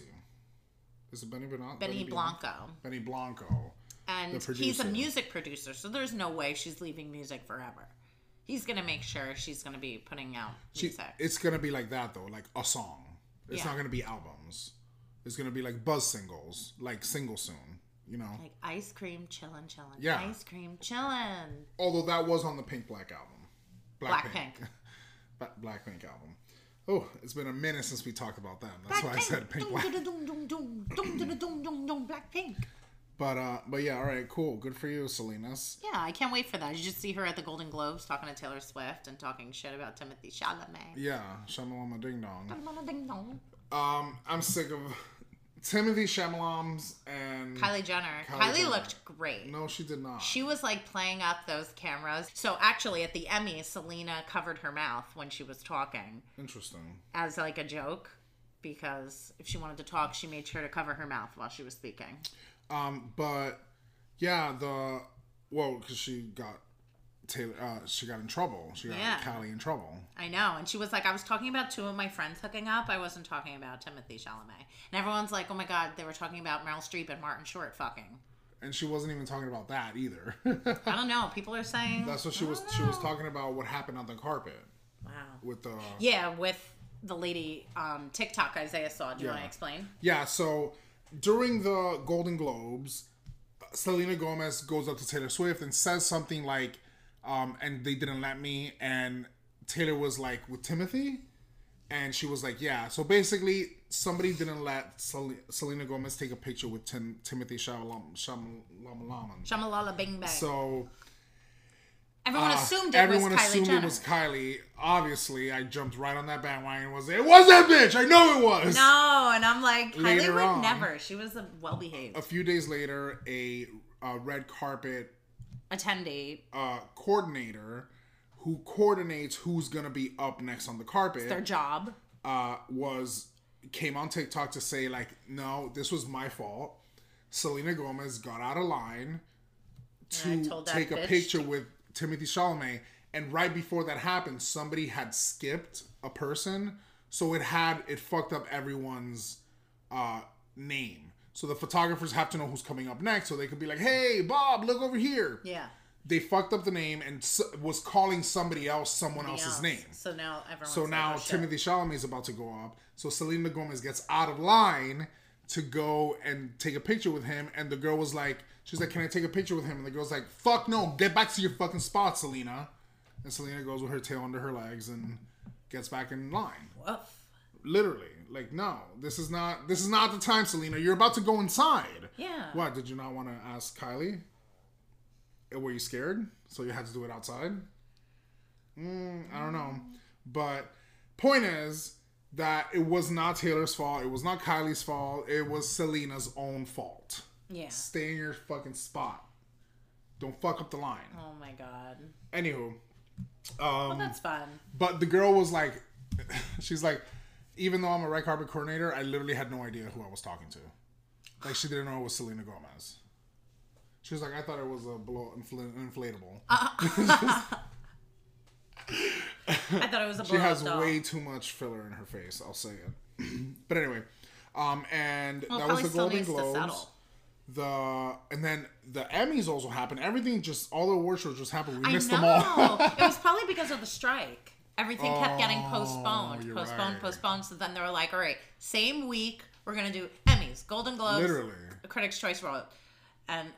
Is it Benny Benassi? Benny Blanco, Benny Blanco. and The he's a producer. music producer. So there's no way she's leaving music forever. He's gonna make sure she's gonna be putting out She- music. it's gonna be like that though, like a song. It's Yeah. not gonna be albums. It's gonna be like buzz singles, like single soon. You know. Like ice cream chillin', chillin'. Yeah. Ice cream chillin'. Although that was on the Pink Black album. Blackpink. Ba- Blackpink album. Oh, it's been a minute since we talked about them. That's why I said Pink Black. Blackpink. But uh, but yeah, all right, cool. Good for you, Salinas. Yeah, I can't wait for that. Did you see her at the Golden Globes talking to Taylor Swift and talking shit about Timothy Chalamet? Yeah, Shamalama Ding Dong. Ding dong. Um, I'm sick of Timothy Shamalam's and Kylie Jenner. Kylie Kylie Jenner. looked great. No, she did not. She was like playing up those cameras. So actually, at the Emmys, Selena covered her mouth when she was talking Interesting. as like a joke because if she wanted to talk, she made sure to cover her mouth while she was speaking. Um, but yeah, the well, because she got Taylor, uh, she got in trouble. She got Yeah. Kylie in trouble. I know. And she was like, I was talking about two of my friends hooking up. I wasn't talking about Timothy Chalamet. And everyone's like, oh my God, they were talking about Meryl Streep and Martin Short fucking. and she wasn't even talking about that either. <laughs> I don't know. People are saying. That's what she I was. don't She was know. talking about what happened on the carpet Wow. with the Yeah, yeah. with the lady um, TikTok Isaiah saw. Do you want Yeah. to explain? So during the Golden Globes, Selena Gomez goes up to Taylor Swift and says something like, um, "And they didn't let me." And Taylor was like, "With Timothy," and she was like, "Yeah." So basically, somebody didn't let Sel- Selena Gomez take a picture with Tim- Timothy Shamalam Shamalaman. Shamalala Bing Bang. So everyone Uh, assumed it everyone was Kylie assumed Jenner. it was Kylie. Obviously, I jumped right on that bandwagon. and Was it was that bitch? I know it was. no, and I'm like, Kylie Later would on. never. She was a well behaved A few days later, a, uh red carpet attendee. uh, coordinator who coordinates who's gonna be up next on the Their carpet job. uh, was came on TikTok to say like, no, this was my fault. Selena Gomez got out of line And I to told that take a bitch picture with Timothy Chalamet, and right before that happened, somebody had skipped a person, so it had it fucked up everyone's uh, name. So the photographers have to know who's coming up next, so they could be like, "Hey, Bob, look over here." Yeah. They fucked up the name and s- was calling somebody else someone else's Yes. name. So now everyone's So like, now oh, shit. Timothy Chalamet is about to go up. So Selena Gomez gets out of line to go and take a picture with him. And the girl was like, she's like, can I take a picture with him? And the girl's like, fuck no, get back to your fucking spot, Selena. And Selena goes with her tail under her legs and gets back in line. Woof. Literally. Like, no, this is not this is not the time, Selena. You're about to go inside. Yeah. What, did you not want to ask Kylie? Were you scared? So you had to do it outside? Mm, I don't know. But point is that it was not Taylor's fault. It was not Kylie's fault. It was Selena's own fault. Yeah. Stay in your fucking spot. Don't fuck up the line. Oh my god. Anywho, Um, Well, that's fun. but the girl was like, <laughs> she's like, even though I'm a red carpet coordinator, I literally had no idea who I was talking to. Like she didn't know it was Selena Gomez. She was like, I thought it was a blow infl- inflatable. I thought it was a she blow has up doll. way too much filler in her face. I'll say it. <clears throat> but anyway, um, and Well, that was probably the still Golden needs to Globes. settle. The and then the Emmys also happened. Everything just all the award shows just happened. We I missed know. them all. <laughs> Oh, it was probably because of the strike. Everything kept getting postponed, you're postponed, right. postponed. So then they were like, all right, same week, we're going to do Emmys, Golden Globes, <laughs> Literally. Critics' Choice Award. And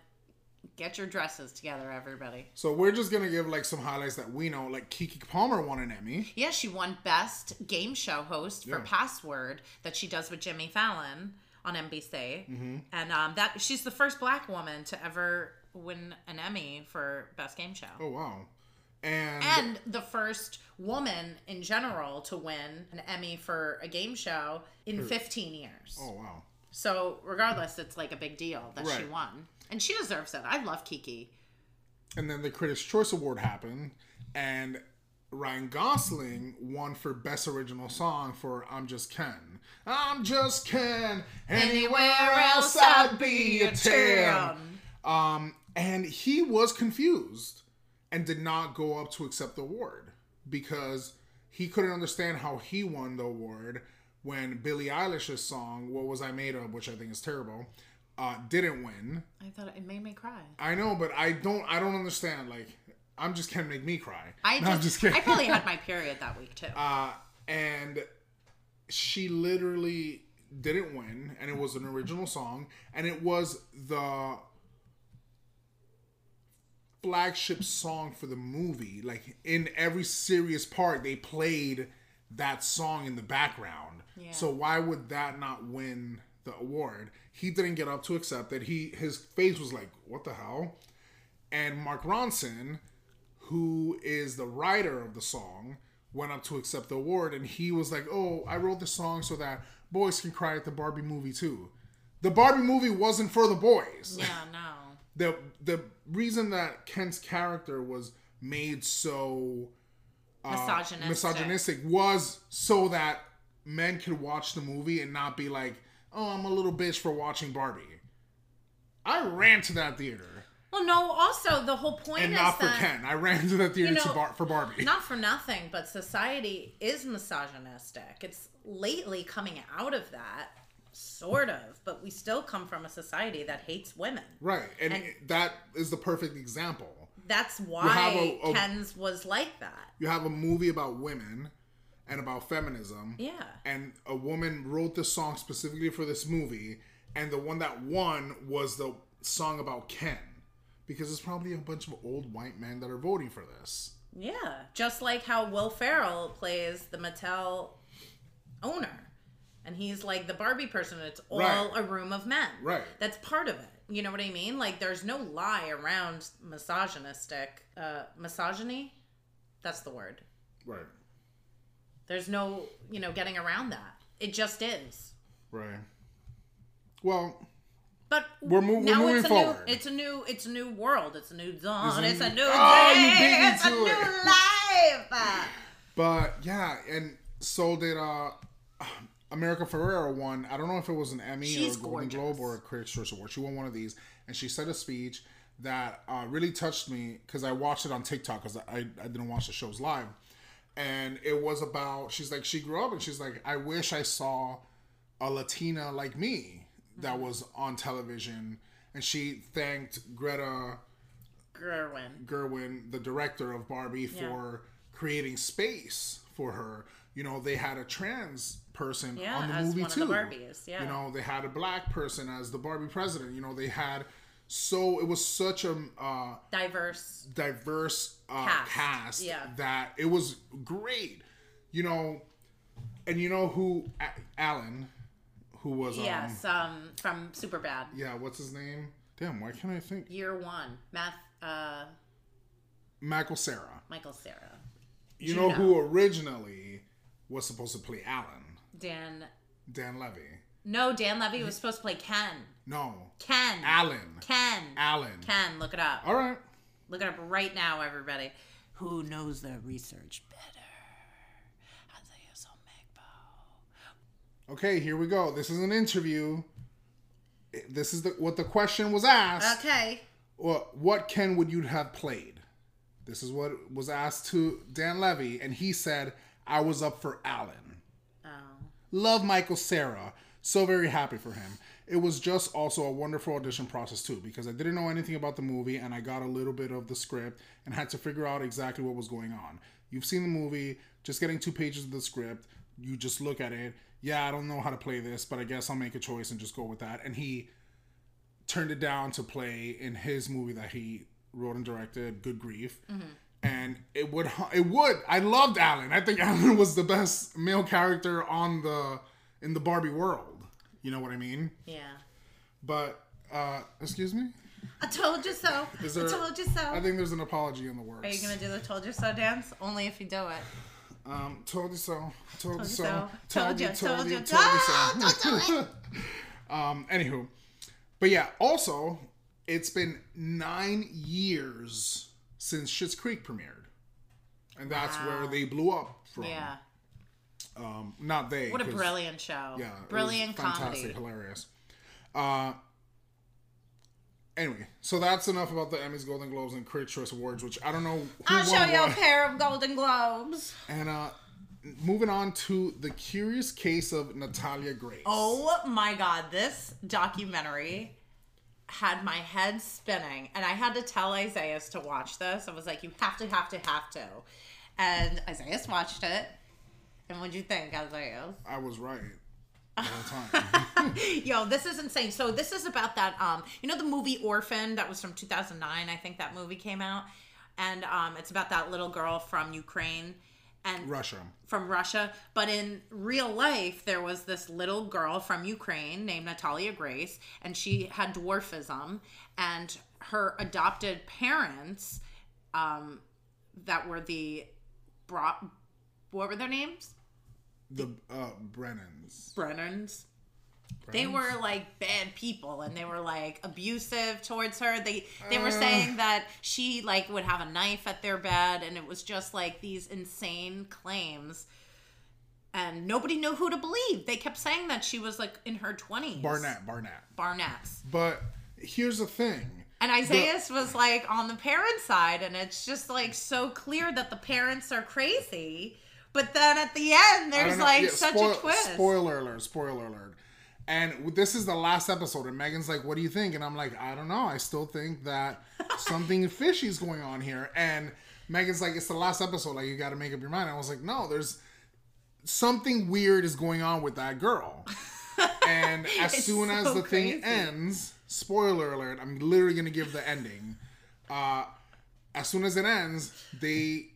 get your dresses together, everybody. So we're just gonna give like some highlights that we know. Like Kiki Palmer won an Emmy. Yeah, she won Best Game Show Host for Yeah. Password that she does with Jimmy Fallon on NBC, Mm-hmm. and um, that she's the first Black woman to ever win an Emmy for Best Game Show, Oh wow. And, and the first woman in general to win an Emmy for a game show in 15 years. Hmm. oh wow. So regardless, it's like a big deal that she Right. won, and she deserves it. I love Kiki. And then the Critics' Choice Award happened, and Ryan Gosling won for Best Original Song for "I'm Just Ken." I'm just Ken. Anywhere else I'd be a ten. Um, and he was confused and did not go up to accept the award because he couldn't understand how he won the award when Billie Eilish's song "What Was I Made Of," which I think is terrible, uh, didn't win. I thought it made me cry. I know, but I don't. I don't understand. Like, I'm just can't make me cry. I No, I'm just, kidding. I probably had my period that week <laughs> too. Uh, and she literally didn't win, and it was an original song, and it was the flagship song for the movie. Like in every serious part, they played that song in the background. Yeah. So why would that not win the award? He didn't get up to accept it. He his face was like, "What the hell?" And Mark Ronson, who is the writer of the song, went up to accept the award, and he was like, "Oh, I wrote the song so that boys can cry at the Barbie movie too." The Barbie movie wasn't for the boys yeah, no. the the reason that Ken's character was made so uh, misogynistic. misogynistic was so that men could watch the movie and not be like, "Oh, I'm a little bitch for watching Barbie." I ran to that theater Well, no. Also, the whole point and is not for that Ken. I ran to that theater You know, to bar- for Barbie. not for nothing, but society is misogynistic. It's lately coming out of that, sort of, but we still come from a society that hates women. right, and, and- it- that is the perfect example. That's why a- a- Ken's was like that. You have a movie about women and about feminism. Yeah. and a woman wrote this song specifically for this movie, and the one that won was the song about Ken, because it's probably a bunch of old white men that are voting for this. Yeah. Just like how Will Ferrell plays the Mattel owner. And he's like the Barbie person. It's all Right. a room of men. Right. That's part of it. You know what I mean? Like there's no lie around misogynistic uh misogyny. That's the word. Right, There's no, you know, getting around that. It just is. right. Well, But We're mo- we're moving it's a forward. new it's a new it's a new world. It's a new dawn. It's It's a a new- new Oh, you beat day. me It's a to new it. life. but yeah, and so did uh, America Ferrera won. I don't know if it was an Emmy She's or a Golden gorgeous. Globe or a Critics' Choice Award. She won one of these, and she said a speech that uh, really touched me because I watched it on TikTok because I, I didn't watch the shows live, and it was about she's like she grew up and she's like I wish I saw a Latina like me Mm-hmm. that was on television, and she thanked Greta. Gerwin. Gerwin, the director of Barbie, for creating space for her. You know, they had a trans person Yeah, on the as movie one of too. the Barbies, yeah. You know, they had a black person as the Barbie president. You know, they had so it was such a uh, Diverse. diverse uh, Cast, cast, yeah. that it was great. You know, and you know who A- Alan, who was um, Yes, um from Superbad. yeah, what's his name? Damn, why can't I think? Year 1. Math uh Michael Sarah. Michael Sarah. You know who originally was supposed to play Alan? Dan Dan Levy. No, Dan Levy was supposed to play Ken. No, Ken. Alan. Ken. Alan. Ken, look it up. All right. Look it up right now, everybody. Who knows their research better? Isaiah Omegbo. Okay, here we go. This is an interview. This is the, what the question was asked. Okay. well, what Ken would you have played? This is what was asked to Dan Levy, and he said, I was up for Alan. Oh. Love Michael Sarah. So very happy for him. It was just also a wonderful audition process too, because I didn't know anything about the movie and I got a little bit of the script and had to figure out exactly what was going on. You've seen the movie, just getting two pages of the script, you just look at it. Yeah, I don't know how to play this, but I guess I'll make a choice and just go with that. And he turned it down to play in his movie that he wrote and directed, Good Grief. Mm-hmm. And it would, it would. I loved Alan. I think <laughs> Alan was the best male character on the in the Barbie world. You know what I mean? Yeah. But uh, excuse me. I told you so. Is there- I told you so. I think there's an apology in the uh, Are you works. gonna do the told you so dance? Only if you do it. Um, told you so. Told, you you so. so. Told you, told you. Ah, so. <laughs> um, anywho, but yeah. Also, it's been nine years since Schitt's Creek premiered, and that's where they blew up from. Yeah. Um, not they. What a 'cause- brilliant show. Yeah, it was Brilliant fantastic, comedy. hilarious. Uh, anyway, so that's enough about the Emmys, Golden Globes, and Critics' Choice Awards, which I don't know. Who I'll won show you a what. pair of Golden Globes. And uh, moving on to the curious case of Natalia Grace. Oh my god, this documentary had my head spinning, and I had to tell Isaiah to watch this. I was like, "You have to, have to, have to," and Isaiah watched it. And what'd you think, Isaiah? I was right the whole time. <gasps> Yo, this is insane. So this is about that um you know the movie Orphan that was from 2009, I think that movie came out. And um it's about that little girl from Ukraine and Russia. from Russia, but in real life there was this little girl from Ukraine named Natalia Grace and she had dwarfism and her adopted parents um that were the bra- what were their names? The uh, Brennans. Brennan's. They Brennans? were like bad people, and they were like abusive towards her. They they were saying that she like would have a knife at their bed, and it was just like these insane claims, and nobody knew who to believe. They kept saying that she was like in her twenties. Barnett, Barnett. Barnett's. But here's the thing. And Isaias was like on the parent side, and it's just like so clear that the parents are crazy. But then at the end, I there's don't know- like yeah, such spoil- a twist. Spoiler alert! Spoiler alert! And w- this is the last episode, and Megan's like, "What do you think?" And I'm like, "I don't know. I still think that <laughs> something fishy is going on here." And Megan's like, "It's the last episode. Like, you got to make up your mind." I was like, "No, there's something weird is going on with that girl." <laughs> and as It's soon as so the crazy. thing ends, spoiler alert! I'm literally gonna give the ending. Uh, as soon as it ends, they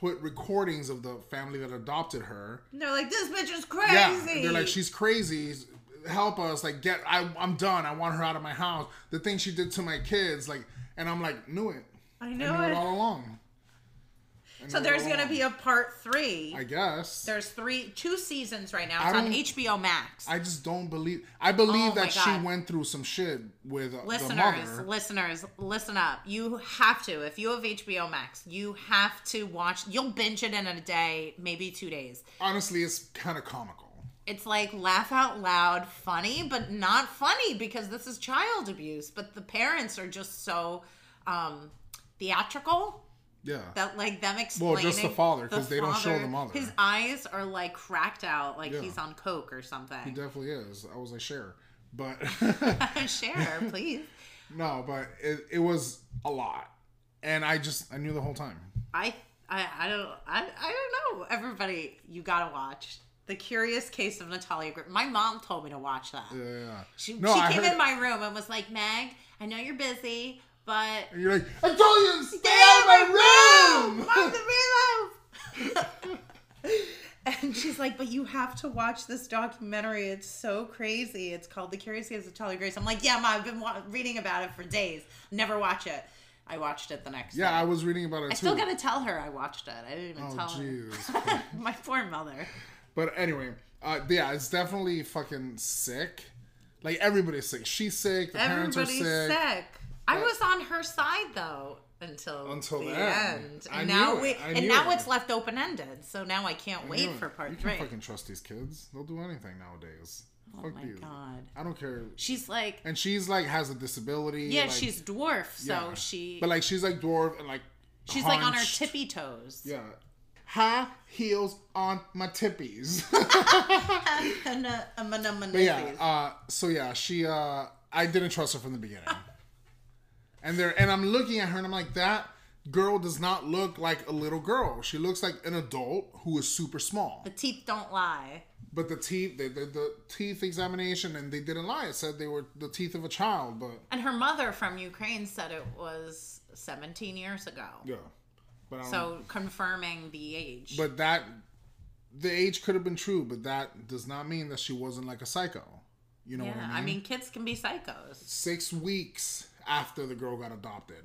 put recordings of the family that adopted her And they're like, this bitch is crazy. yeah, they're like, she's crazy. Help us, like, get. I, I'm done. I want her out of my house. The thing she did to my kids, like, and I'm like, knew it. I I know knew it it. all along. I So knew it there's all gonna along. be a part three. "Oh, I guess. there's three, two seasons right now. It's I on don't- HBO Max. I just don't believe. I believe Oh my that she God. went through some shit with uh, the listeners, mother. listeners, listen up. You have to. If you have HBO Max, you have to watch. You'll binge it in a day, maybe two days. Honestly, it's kind of comical. It's like laugh out loud, funny, but not funny because this is child abuse. But the parents are just so um, theatrical. Yeah. that like them explaining Well, just the father, 'cause the they don't show father- the mother. His eyes are like cracked out, like Yeah. he's on coke or something. It definitely is. I was like, share, but <laughs> <laughs> Share, please. no, but it, it was a lot, and I just I knew the whole time. I, I, I don't, I, I don't know. Everybody, you gotta watch the Curious Case of Natalia. Gr- My mom told me to watch that. Yeah, Yeah. yeah. She, No, she I came heard- in my room and was like, "Meg, I know you're busy, but And you're like, I told you, stay, Get out of my room. <laughs> Mom, the meatloaf! and she's like, but you have to watch this documentary. It's so crazy. It's called The Curious Case of Charlie Grace. I'm like, yeah, Mom, I've been wa- reading about it for days. Never watch it. I watched it the next Yeah, day. I was reading about it I too. still gotta tell her I watched it. I didn't even oh, tell jeez. her. <laughs> My poor mother. but anyway, uh, yeah, it's definitely fucking sick. Like everybody's sick. She's sick. The parents are Everybody's sick. sick. I was on her side though until Until the then. end. I And now knew we it. I and knew now it. it's left open ended. So now I can't You wait know, for part you three. can't fucking trust these kids. They'll do anything nowadays. Oh Fuck my you. god. I don't care. She's like, And she's like has a disability. yeah, like- she's dwarf, so yeah. she But like she's like dwarf and like she's like on her haunched. tippy toes. Yeah. High heels on my tippies. <laughs> <laughs> And, uh, um, um, um, um, But yeah, these. uh, so yeah, she uh, I didn't trust her from <laughs> the beginning. and there and I'm looking at her and I'm like, that girl does not look like a little girl. She looks like an adult who is super small. the teeth don't lie. But the teeth the, the, the teeth examination and they didn't lie. It said they were the teeth of a child, but And her mother from Ukraine said it was 17 years ago. yeah. But I don't So confirming the age. But that the age could have been true, but that does not mean that she wasn't like a psycho. You know yeah, what I mean? I mean, kids can be psychos. Six weeks after the girl got adopted,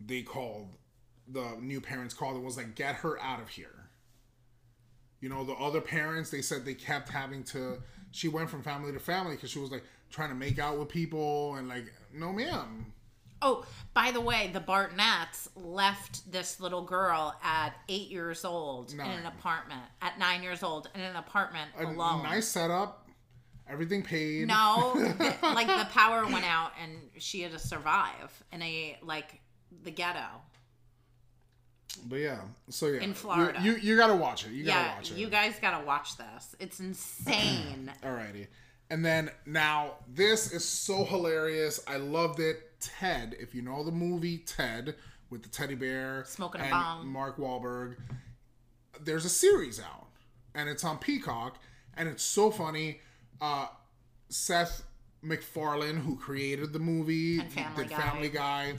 they called the new parents called and was like, "Get her out of here." You know, the other parents they said they kept having to. She went from family to family because she was like trying to make out with people and like, no, ma'am. Oh, by the way, the Bartnetts left this little girl at eight years old in Nine. an apartment. At nine years old in an apartment A alone. nice setup, everything <laughs> paid. No, th- like the power went out and she had to survive in a like the ghetto. But yeah, so yeah, In You- Florida. you you, gotta watch it. You gotta Yeah, watch it. you guys gotta watch this. It's <clears throat> insane. Alrighty. And then now this is so hilarious. I loved it. Ted, if you know the movie Ted with the teddy bear, Smoking a and bong. Mark Wahlberg, there's a series out, and it's on Peacock, and it's so funny. Uh, Seth MacFarlane, who created the movie, And Family did Guy. Family Guy,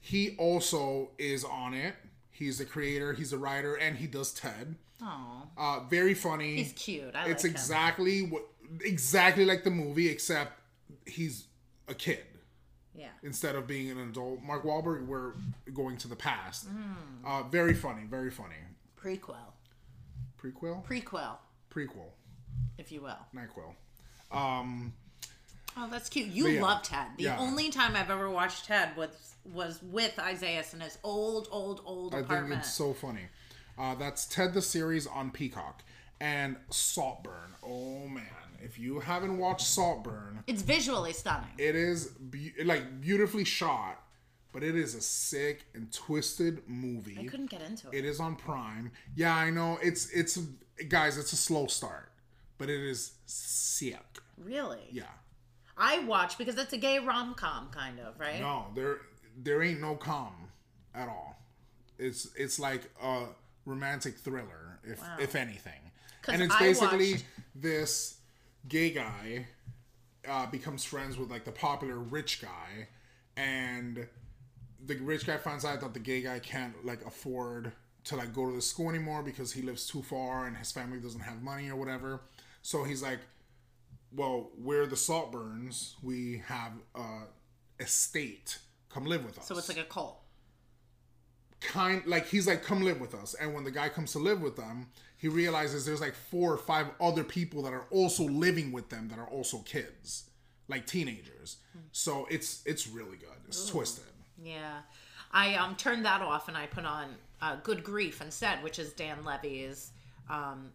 he also is on it. He's the creator, he's a writer, and he does Ted. Oh, Uh, very funny he's cute. I it's like him. exactly what exactly like the movie, except he's a kid Yeah. instead of being an adult. Mark Wahlberg, we're going to the past. Hmm. Uh, very funny, very funny. Prequel. Prequel, Prequel, prequel, if you will. Nyquil. Um, Oh, that's cute. You yeah. love Ted. The Yeah. only time I've ever watched Ted was was with Isaiah in his old, old, old I think apartment. it's so funny. Uh, that's Ted the series on Peacock and Saltburn. Oh man, if you haven't watched Saltburn, It's visually stunning. it is be- like beautifully shot, but it is a sick and twisted movie. I couldn't get into it. It is on Prime. Yeah, I know. It's it's guys, it's a slow start, but it is sick. Really? Yeah. I watch because it's a gay rom com kind of, right? No, there there ain't no calm at all. It's it's like a romantic thriller, if if anything. 'Cause And it's I basically watched- this gay guy uh, becomes friends with like the popular rich guy, and the rich guy finds out that the gay guy can't like afford to like go to the school anymore because he lives too far and his family doesn't have money or whatever. So he's like, "Well, we're the Saltburns. We have a estate. Come live with us." So it's like a cult. kind like he's like come live with us and when the guy comes to live with them he realizes there's like four or five other people that are also living with them that are also kids like teenagers Hmm. so it's it's really good it's twisted Yeah. I um, turned that off and I put on uh, Good Grief instead, which is Dan Levy's um,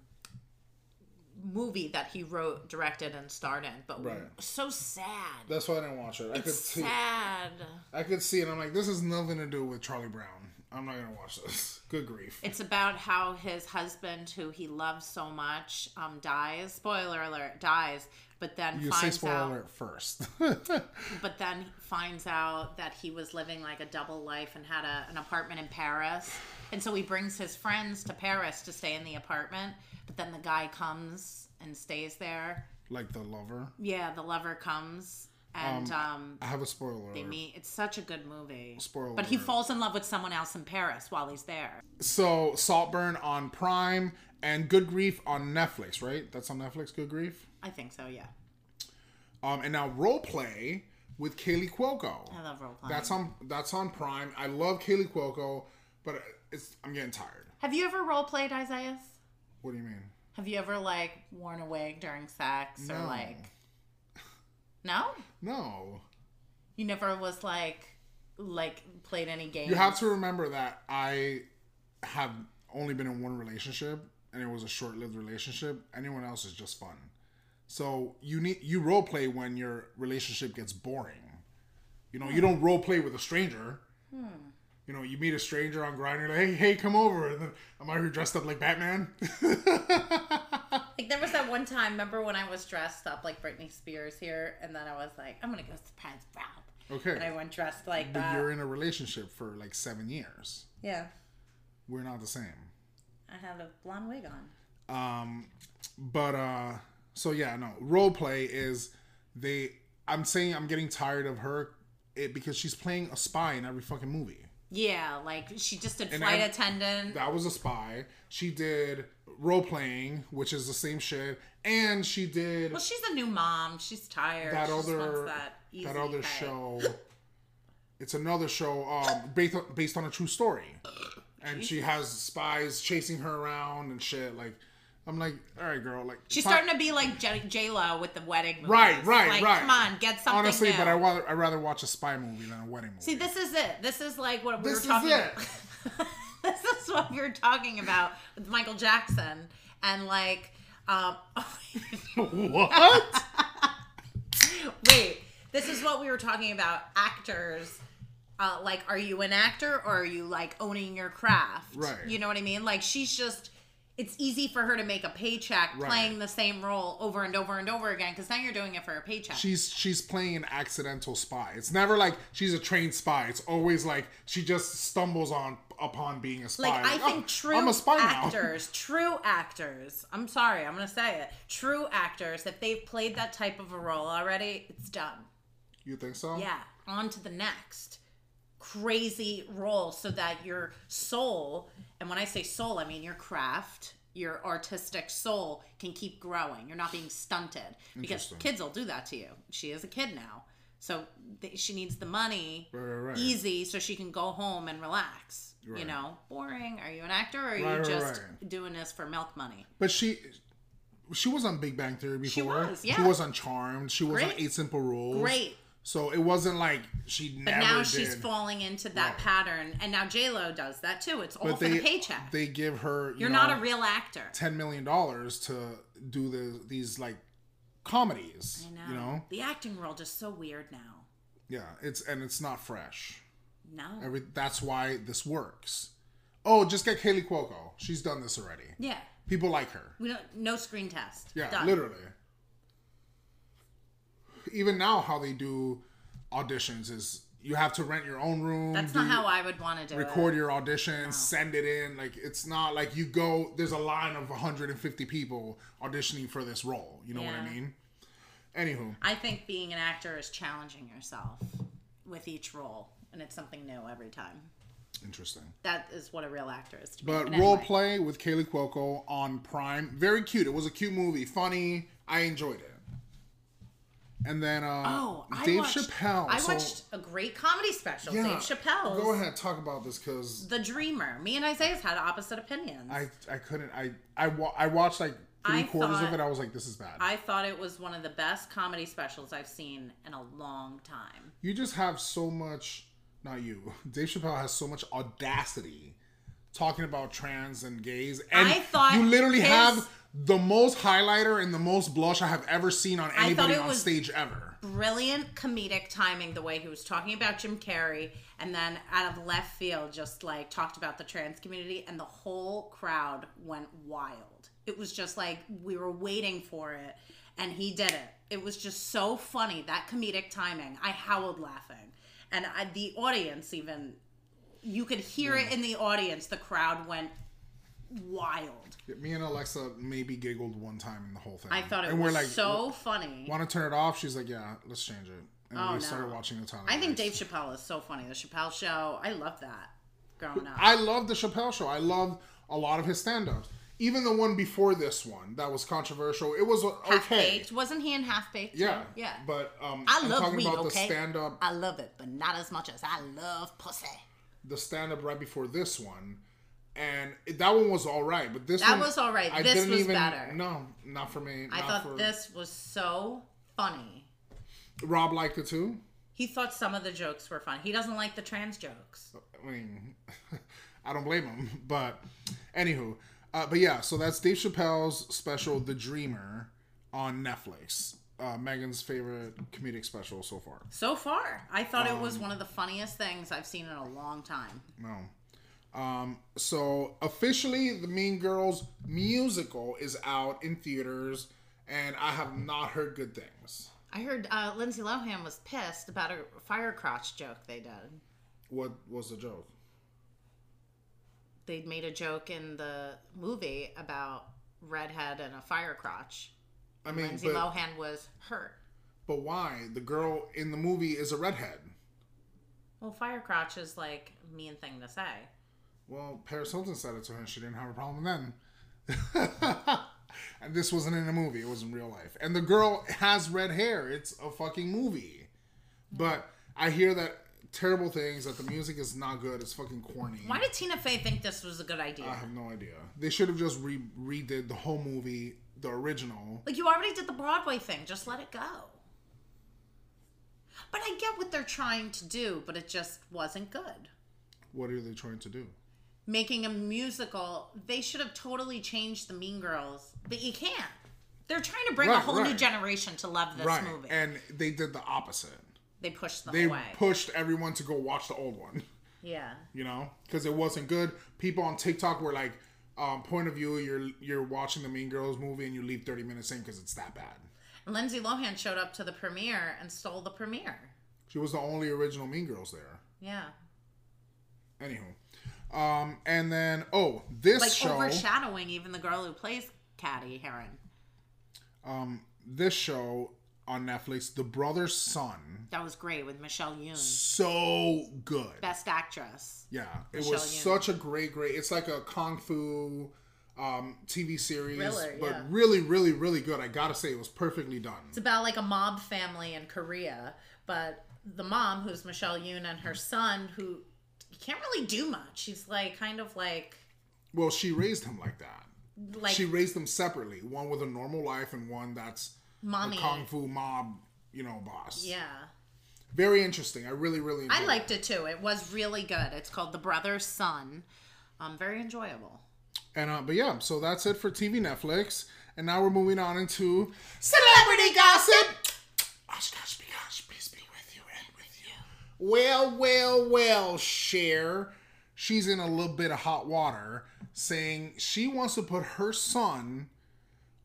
movie that he wrote, directed, and starred in. But Right. so sad. that's why i didn't watch it i could see sad. i could see it i'm like this has nothing to do with charlie brown i'm not gonna watch this good grief It's about how his husband, who he loves so much, um, dies. Spoiler alert: dies, but then you say finds spoiler out. alert first <laughs> But then finds out that he was living like a double life and had a, an apartment in Paris, and so he brings his friends to Paris to stay in the apartment. But then the guy comes and stays there. like the lover Yeah, the lover comes and um. i have a spoiler alert. me, it's such a good movie. Spoiler but he alert. falls in love with someone else in Paris while he's there. so saltburn on prime and good grief on netflix right that's on netflix good grief I think so. Yeah, Um, and now role play with Kaylee Cuoco. I love role playing. That's on that's on Prime. I love Kaylee Cuoco, but it's I'm getting tired. Have you ever role played Isaiah? What do you mean? Have you ever like worn a wig during sex or No. like No? No, You never was like like played any game. you have to remember that I have only been in one relationship, and it was a short-lived relationship. Anyone else is just fun. So you need you role play when your relationship gets boring. You know, you don't role play with a stranger. You know, you meet a stranger on Grindr, like, hey, hey, come over, and then I'm out here dressed up like Batman. <laughs> Like there was that one time, remember when I was dressed up like Britney Spears here, and then I was like, I'm gonna go surprise Rob. Okay. And I went dressed like but that. you're in a relationship for like seven years. Yeah. We're not the same. I had a blonde wig on. Um, but uh, so yeah, no role play is they. I'm saying I'm getting tired of her, it because she's playing a spy in every fucking movie. Yeah, like she just did And flight I'm- attendant. That was a spy. She did role playing, which is the same shit, and she did well, she's a new mom. She's tired. that she just wants that, other that, easy other pay. show. It's another show um, based on, based on a true story, and she has spies chasing her around and shit. Like, I'm like, all right, girl. Like, She's fi- starting to be like J Lo with the wedding. Movies. Right, right, like, right. Come on, get something. honestly, new. but I rather I rather watch a spy movie than a wedding movie. See, this is it. This is like what we This were is talking it. about. <laughs> this is what we were talking about with Michael Jackson and like um <laughs> what? wait, this is what we were talking about actors uh, like are you an actor or are you like owning your craft? Right. You know what I mean? Like she's just it's easy for her to make a paycheck Right. playing the same role over and over and over again because now you're doing it for a paycheck. she's she's playing an accidental spy. It's never like she's a trained spy. It's always like she just stumbles on upon being a spy. Like I oh, think true I'm a spy now. actors, true actors. I'm sorry, I'm gonna say it. True actors, if they've played that type of a role already, it's done. <laughs> You think so? Yeah, on to the next crazy role, so that your soul, and when I say soul, I mean your craft, your artistic soul, can keep growing. You're not being stunted because Interesting. kids will do that to you. She is a kid now, so th- she needs the money Right, right, right. easy so she can go home and relax. You Right. know, boring. Are you an actor or are you Right, right, just right. doing this for milk money? But she she was on Big Bang Theory before. was, yeah. She was on Charmed. She was on Great. Eight Simple Rules. Great. So it wasn't like she But never now did. she's falling into that pattern, and now J Lo does that too. It's all but for the they paycheck. they give her you You're know, not a real actor. ten million dollars to do the these like comedies. I You know? the acting role just so weird now. Yeah. It's and it's not fresh. No, Every that's why this works. Oh, just get Kaylee Cuoco. She's done this already. yeah, People like her. we don't. No screen test. Yeah, Done. literally. Even now, how they do auditions is you have to rent your own room. That's do- not how I would want to do record it. your audition, send it in. Like it's not like you go. There's a line of 150 people auditioning for this role. You know what Yeah. I mean? Anywho, I think being an actor is challenging yourself with each role, and it's something new every time. interesting. That is what a real actor is to me. But in any role way. play with Kaylee Cuoco on Prime. Very cute. It was a cute movie. Funny. I enjoyed it. And then uh, Oh, I Dave watched, Chappelle. I So- watched a great comedy special. Yeah, Dave Chappelle's Go ahead, talk about this because The Dreamer. Me and Isaiah's had opposite opinions. I, I I couldn't I I wa- I watched like three I quarters thought- of it. I was like, this is bad. thought it was one of the best comedy specials I've seen in a long time. you just have so much. Not you. <laughs> Dave Chappelle has so much audacity talking about trans and gays, and I thought you literally his- have the most highlighter and the most blush I have ever seen on thought anybody it on was- stage ever. Brilliant comedic timing, the way he was talking about Jim Carrey, and then out of left field, just like talked about the trans community, and the whole crowd went wild. It was just like we were waiting for it, and he did it. It was just so funny that comedic timing. I howled laughing, and I, the audience even you could hear it in the audience. The crowd went wild. Me and Alexa maybe giggled one time in the whole thing. I thought it and was we're like, so funny. want to turn it off? She's like, yeah, let's change it. And Oh, we no. started watching a ton. I think Dave Chappelle is so funny. The Chappelle Show. I love that. Growing up, I love the Chappelle show. I love a lot of his stand-ups. Even the one before this one that was controversial. It was okay. Half Baked. Wasn't he in Half Baked? Yeah. yeah. But um I I'm love talking weed, about okay? the stand-up I love it, but not as much as I love pussy. the stand-up right before this one. And it- that one was all right, but this That one, was all right. This was better. No, not for me. I not thought for, this was so funny. Rob liked it too. He thought some of the jokes were funny. He doesn't like the trans jokes. I mean, <laughs> I don't blame him. <laughs> But anywho, uh, but yeah, so that's Dave Chappelle's special, The Dreamer. on Netflix. Uh, Megan's favorite comedic special so far. So far, I thought it was one of the funniest things I've seen in a long time. Um, No. Um, so officially, the Mean Girls musical is out in theaters, and I have not heard good things. I heard uh, Lindsay Lohan was pissed about a fire crotch joke they did. What was the joke? They made a joke in the movie about redhead and a fire crotch. I mean, Lindsay but, Lohan was hurt. but why? The girl in the movie is a redhead. Well, fire crotch is like a mean thing to say. Well, Paris Hilton said it to her, and she didn't have a problem then. <laughs> and this wasn't in a movie; it was in real life. And the girl has red hair. It's a fucking movie. But I hear that terrible things. That the music is not good. It's fucking corny. Why did Tina Fey think this was a good idea? I have no idea. They should have just re- redid the whole movie, the original. Like you already did the Broadway thing, just let it go. But I get what they're trying to do, but it just wasn't good. What are they trying to do? Making a musical, they should have totally changed the Mean Girls, but you can't. They're trying to bring a Right, whole new right. generation to love this right, movie. and they did the opposite. they pushed them They away. pushed everyone to go watch the old one. yeah. you know, because it wasn't good. People on TikTok were like, um, "Point of view, you're you're watching the Mean Girls movie and you leave 30 minutes in because it's that bad." And Lindsay Lohan showed up to the premiere and stole the premiere. She was the only original Mean Girls there. Yeah. Anywho, um, and then oh, this Like show, overshadowing even the girl who plays Caddy Heron. um, this show on Netflix, The Brother's Son, That was great with Michelle Yeoh, so good. best actress. Yeah, it Michelle was Yeoh. such a great, great. It's like a kung fu um, TV series, Thriller, but yeah. really, really, really good. I gotta say, it was perfectly done. It's about like a mob family in Korea, but the mom, who's Michelle Yoon, and her son, who can't really do much. He's like kind of like Well, she raised him like that. like she raised them separately, one with a normal life and one that's mommy. a kung fu mob, you know, boss. Yeah, Very interesting. I really, really enjoyed I liked it too. It was really good. It's called The Brother's Son. Um, very enjoyable. it. And uh, but yeah, so that's it for TV Netflix. And now we're moving on into Celebrity gossip. Oshkosh Bigosh, peace be with you and with you. Well, well, well, Cher. She's in a little bit of hot water saying she wants to put her son,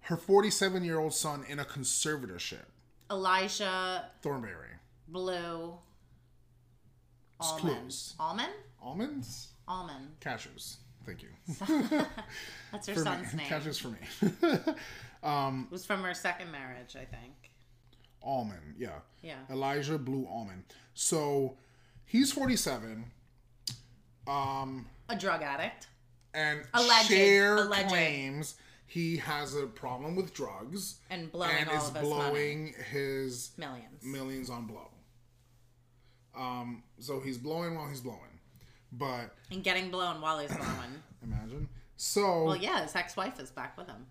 her 47 year old son, in a conservatorship. Elijah Thornberry. Blue. Almond. Clues. Almond. Almonds? Almond. Cashews. Thank you. That's her for <laughs> son's me. name. Cashews for me. <laughs> It was from her second marriage, I think. Almond, yeah. Yeah. Elijah Blue Almond. So he's 47. Um, A drug addict. and Alleged. Cher Alleged. claims he has a problem with drugs And blowing and all is of us blowing his millions. millions on blow. Um, so he's blowing while he's blowing. But and getting blown while he's blowing. imagine. So Well, yeah, his ex-wife is back with him.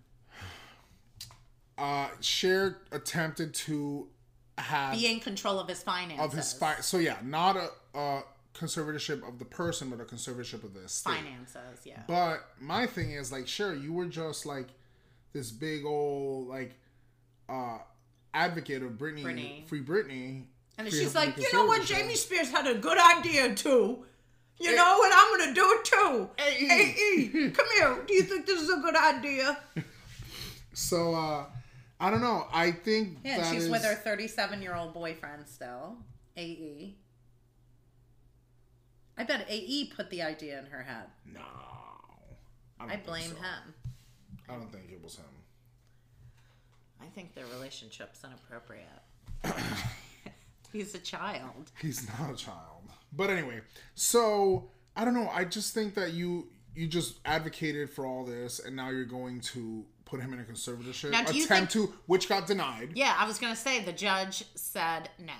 uh, Cher attempted to have Be in control of his finances. of his fi- so yeah not a, a conservatorship of the person but a conservatorship of the estate. finances. Yeah. but my thing is like sure you were just like this big old like uh advocate of Britney, Britney. free Britney and free she's her like, from you know what? conservatorship." Jamie Spears had a good idea too. You know, and I'm gonna do it too. AE. <laughs> AE, come here. Do you think this is a good idea? so uh I don't know I think Yeah, and that she's with is- her 37 year old boyfriend still. AE. I bet AE put the idea in her head. no don't I think blame so. him. I don't think it was him I think their relationship's inappropriate. <laughs> He's a child. he's <laughs> not a child but anyway so i don't know i just think that you you just advocated for all this and now you're going to put him in a conservatorship Now, do you attempt to which got denied Yeah, I was gonna say the judge said no.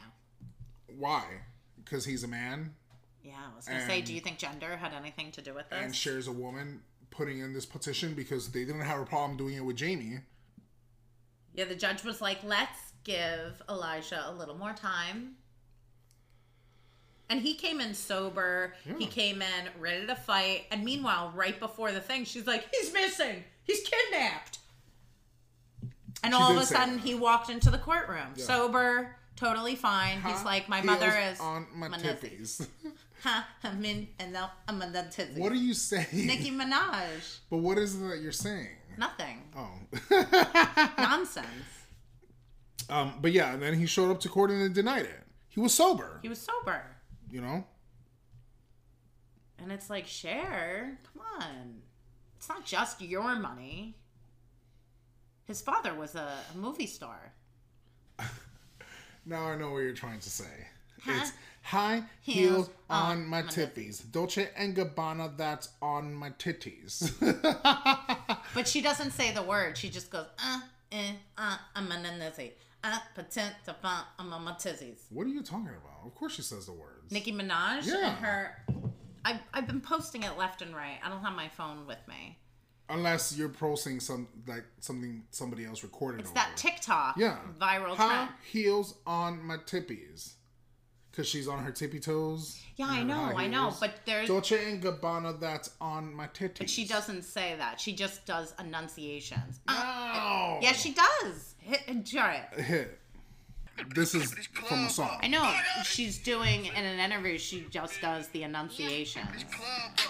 why because he's a man Yeah, I was gonna say, do you think gender had anything to do with this? and shares a woman putting in this petition because they didn't have a problem doing it with jamie yeah, the judge was like, let's give Elijah a little more time. And he came in sober. He came in ready to fight. And meanwhile, right before the thing, she's like, he's missing. He's kidnapped. And She all of did a say sudden, that. he walked into the courtroom, sober, totally fine. He's Huh? like, my Heels mother is on my Manizzi. tippies. Huh? I'm in, and now I'm on the tizzy. <laughs> what are you saying? Nicki Minaj? But what is it that you're saying? Nothing. <laughs> Oh. <laughs> Nonsense. um, but yeah, and then he showed up to court and denied it. He was sober, He was sober, you know? and it's like, share. Come on, it's not just your money. His father was a, a movie star. Now I know what you're trying to say. Huh? It's high Heels heels on on my my tippies. Dolce and Gabbana, that's on my titties. <laughs> But she doesn't say the word. She just goes, uh, eh, uh, I'm a nanizzy. Uh, patent, to fun, I'm on my tizzies. what are you talking about? Of course she says the words. Nicki Minaj Yeah. and her. I've, I've been posting it left and right. I don't have my phone with me. Unless you're posting some like something somebody else recorded It's over. that TikTok yeah. viral High trend. heels on my tippies. Cause she's on her tippy toes. Yeah, and I her know, high I know. heels. But there's. Dolce and Gabbana, that's on my titties. But she doesn't say that. She just does enunciations. Uh, No. yeah, she does. Hit, try it. hit. This is from the song. I know she's doing in an interview. She just does the enunciations,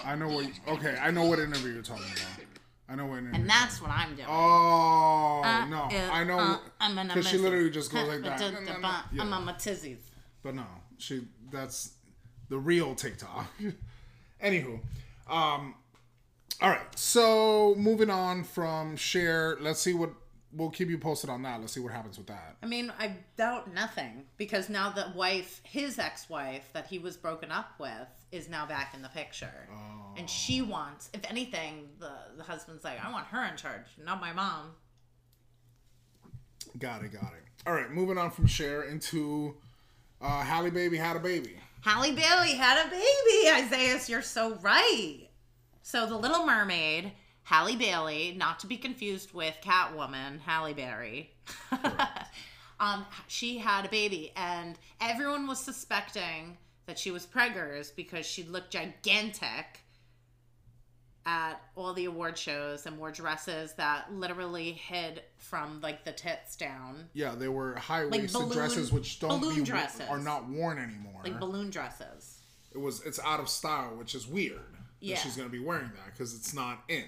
I know what. Okay, I know what interview you're talking about. I know what interview. and that's what I'm doing. oh no, uh, I know. uh, I'm an Because she amazing- literally just goes <laughs> like that. No, no, no. I'm Yeah. on my tizzies. But no, she. That's the real TikTok. <laughs> Anywho, um, all right. So moving on from share. Let's see what we'll keep you posted on that. Let's see what happens with that. I mean, I doubt nothing because now the wife, his ex-wife that he was broken up with, is now back in the picture, and Oh. she wants, if anything, the the husband's like, I want her in charge, not my mom. Got it. Got it. All right. Moving on from share into uh, Halle Baby had a baby. Halle Bailey had a baby. Isaiah, you're so right. So the Little Mermaid, Halle Bailey, not to be confused with Catwoman, Halle Berry. <laughs> um, she had a baby, and everyone was suspecting that she was preggers because she looked gigantic at all the award shows and wore dresses that literally hid from like the tits down, Yeah, they were high waisted balloon- dresses, which don't balloon be dresses. are not worn anymore. like balloon dresses. it was it's out of style, which is weird. Yeah. that she's gonna be wearing that because it's not in.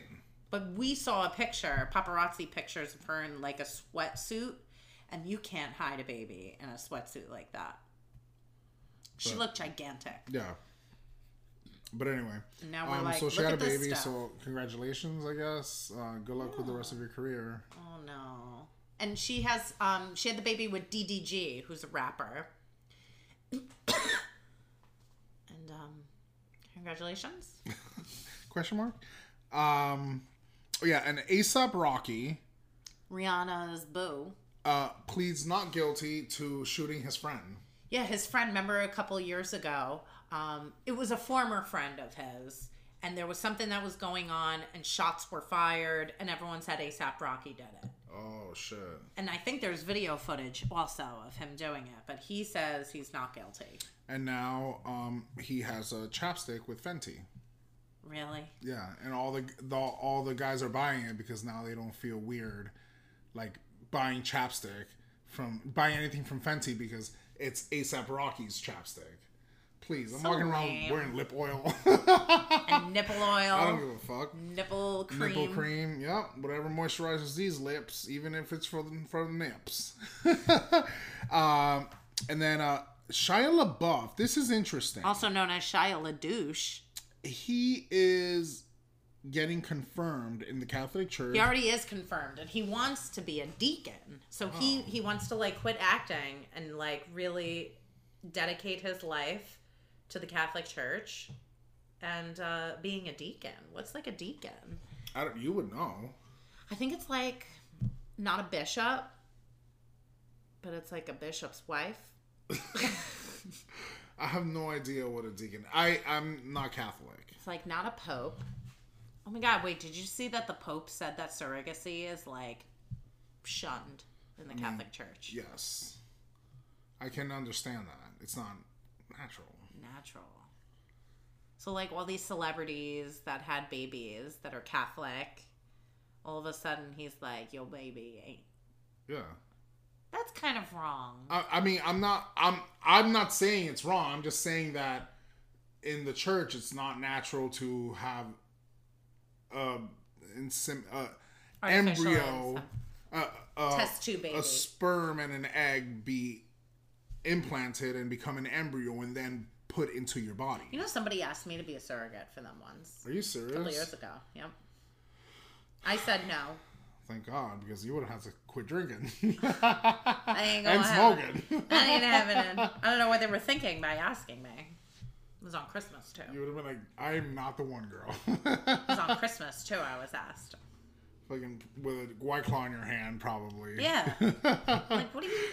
But we saw a picture, paparazzi pictures of her in like a sweatsuit, and you can't hide a baby in a sweatsuit like that. She But- looked gigantic. Yeah. But anyway, And now we're um, like, so she look had a at this baby. stuff. So congratulations, I guess. Uh, good luck with the rest of your career. Oh no. And she has um she had the baby with DDG, who's a rapper. <coughs> and um congratulations. <laughs> Question mark. Um, oh yeah, and ASAP Rocky Rihanna's boo. uh, pleads not guilty to shooting his friend. Yeah, his friend, remember a couple years ago, um, it was a former friend of his, and there was something that was going on, and shots were fired, and everyone said ASAP Rocky did it. Oh shit! And I think there's video footage also of him doing it, but he says he's not guilty. And now um, he has a chapstick with Fenty. Really? Yeah, and all the, the all the guys are buying it because now they don't feel weird, like buying chapstick from buying anything from Fenty because it's ASAP Rocky's chapstick. Please, I'm So walking around lame. wearing lip oil. <laughs> And nipple I don't oil, give a fuck. nipple cream. Nipple cream, yep. Whatever moisturizes these lips, even if it's for the, for the nips. <laughs> um, and then uh, Shia LaBeouf. This is interesting. Also known as Shia LaDouche. He is getting confirmed in the Catholic Church. He already is confirmed, and he wants to be a deacon. So he he wants to like quit acting and like really dedicate his life to the Catholic Church and uh, being a deacon. What's like a deacon? I don't, you would know. I think it's like not a bishop, but it's like a bishop's wife. I have no idea what a deacon. I I'm not Catholic. It's like not a pope. Oh my God! Wait, did you see that the Pope said that surrogacy is like shunned in the Catholic Church? Yes, I can understand that. It's not natural. natural. So like all these celebrities that had babies that are Catholic, all of a sudden he's like, "Your baby ain't Yeah. That's kind of wrong. I, I mean, I'm not. I'm. I'm not saying it's wrong. I'm just saying that in the church, it's not natural to have a, insim, a Artificial embryo, insem- a, a, Test tube baby. Uh, a sperm and an egg be implanted and become an embryo and then put into your body. you know, somebody asked me to be a surrogate for them once. Are you A couple years serious? ago. Yep. I said no. Thank God, because you would have had to quit drinking I ain't gonna <laughs> and have it. smoking. I ain't having it. I don't know what they were thinking by asking me. It was on Christmas too. You would have been like, I am not the one girl. <laughs> It was on Christmas too. I was asked. Fucking with a white claw in your hand, probably. <laughs> Yeah. Like, what do you?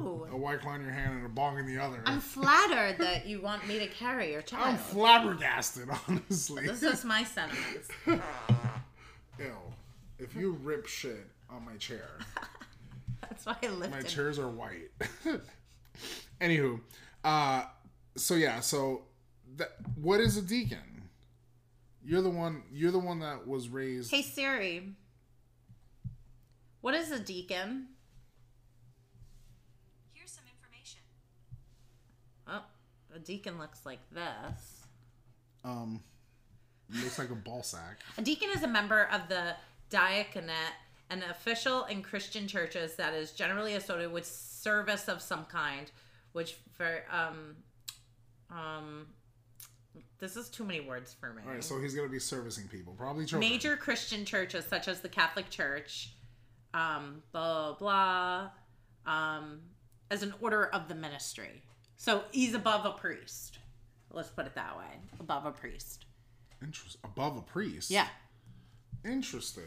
No. A white claw in your hand and a bong in the other. I'm flattered that you want me to carry your <laughs> I'm child. flabbergasted, <laughs> honestly. this is my sentiments. Ew. If you rip shit on my chair, <laughs> That's why I lived my in. chairs are white. <laughs> Anywho, uh, so yeah, so that, what is a deacon? You're the one. You're the one that was raised. Hey Siri, what is a deacon? Here's some information. Oh, a deacon looks like this. Um, looks like a ball sack. A deacon is a member of the diaconate, an official in Christian churches that is generally associated with service of some kind, which for um um this is too many words for me. All right, so he's gonna be servicing people, probably children. Major Christian churches such as the Catholic Church, um, blah blah, um, as an order of the ministry. So he's above a priest. Let's put it that way. Above a priest. Interest above a priest. Yeah. Interesting.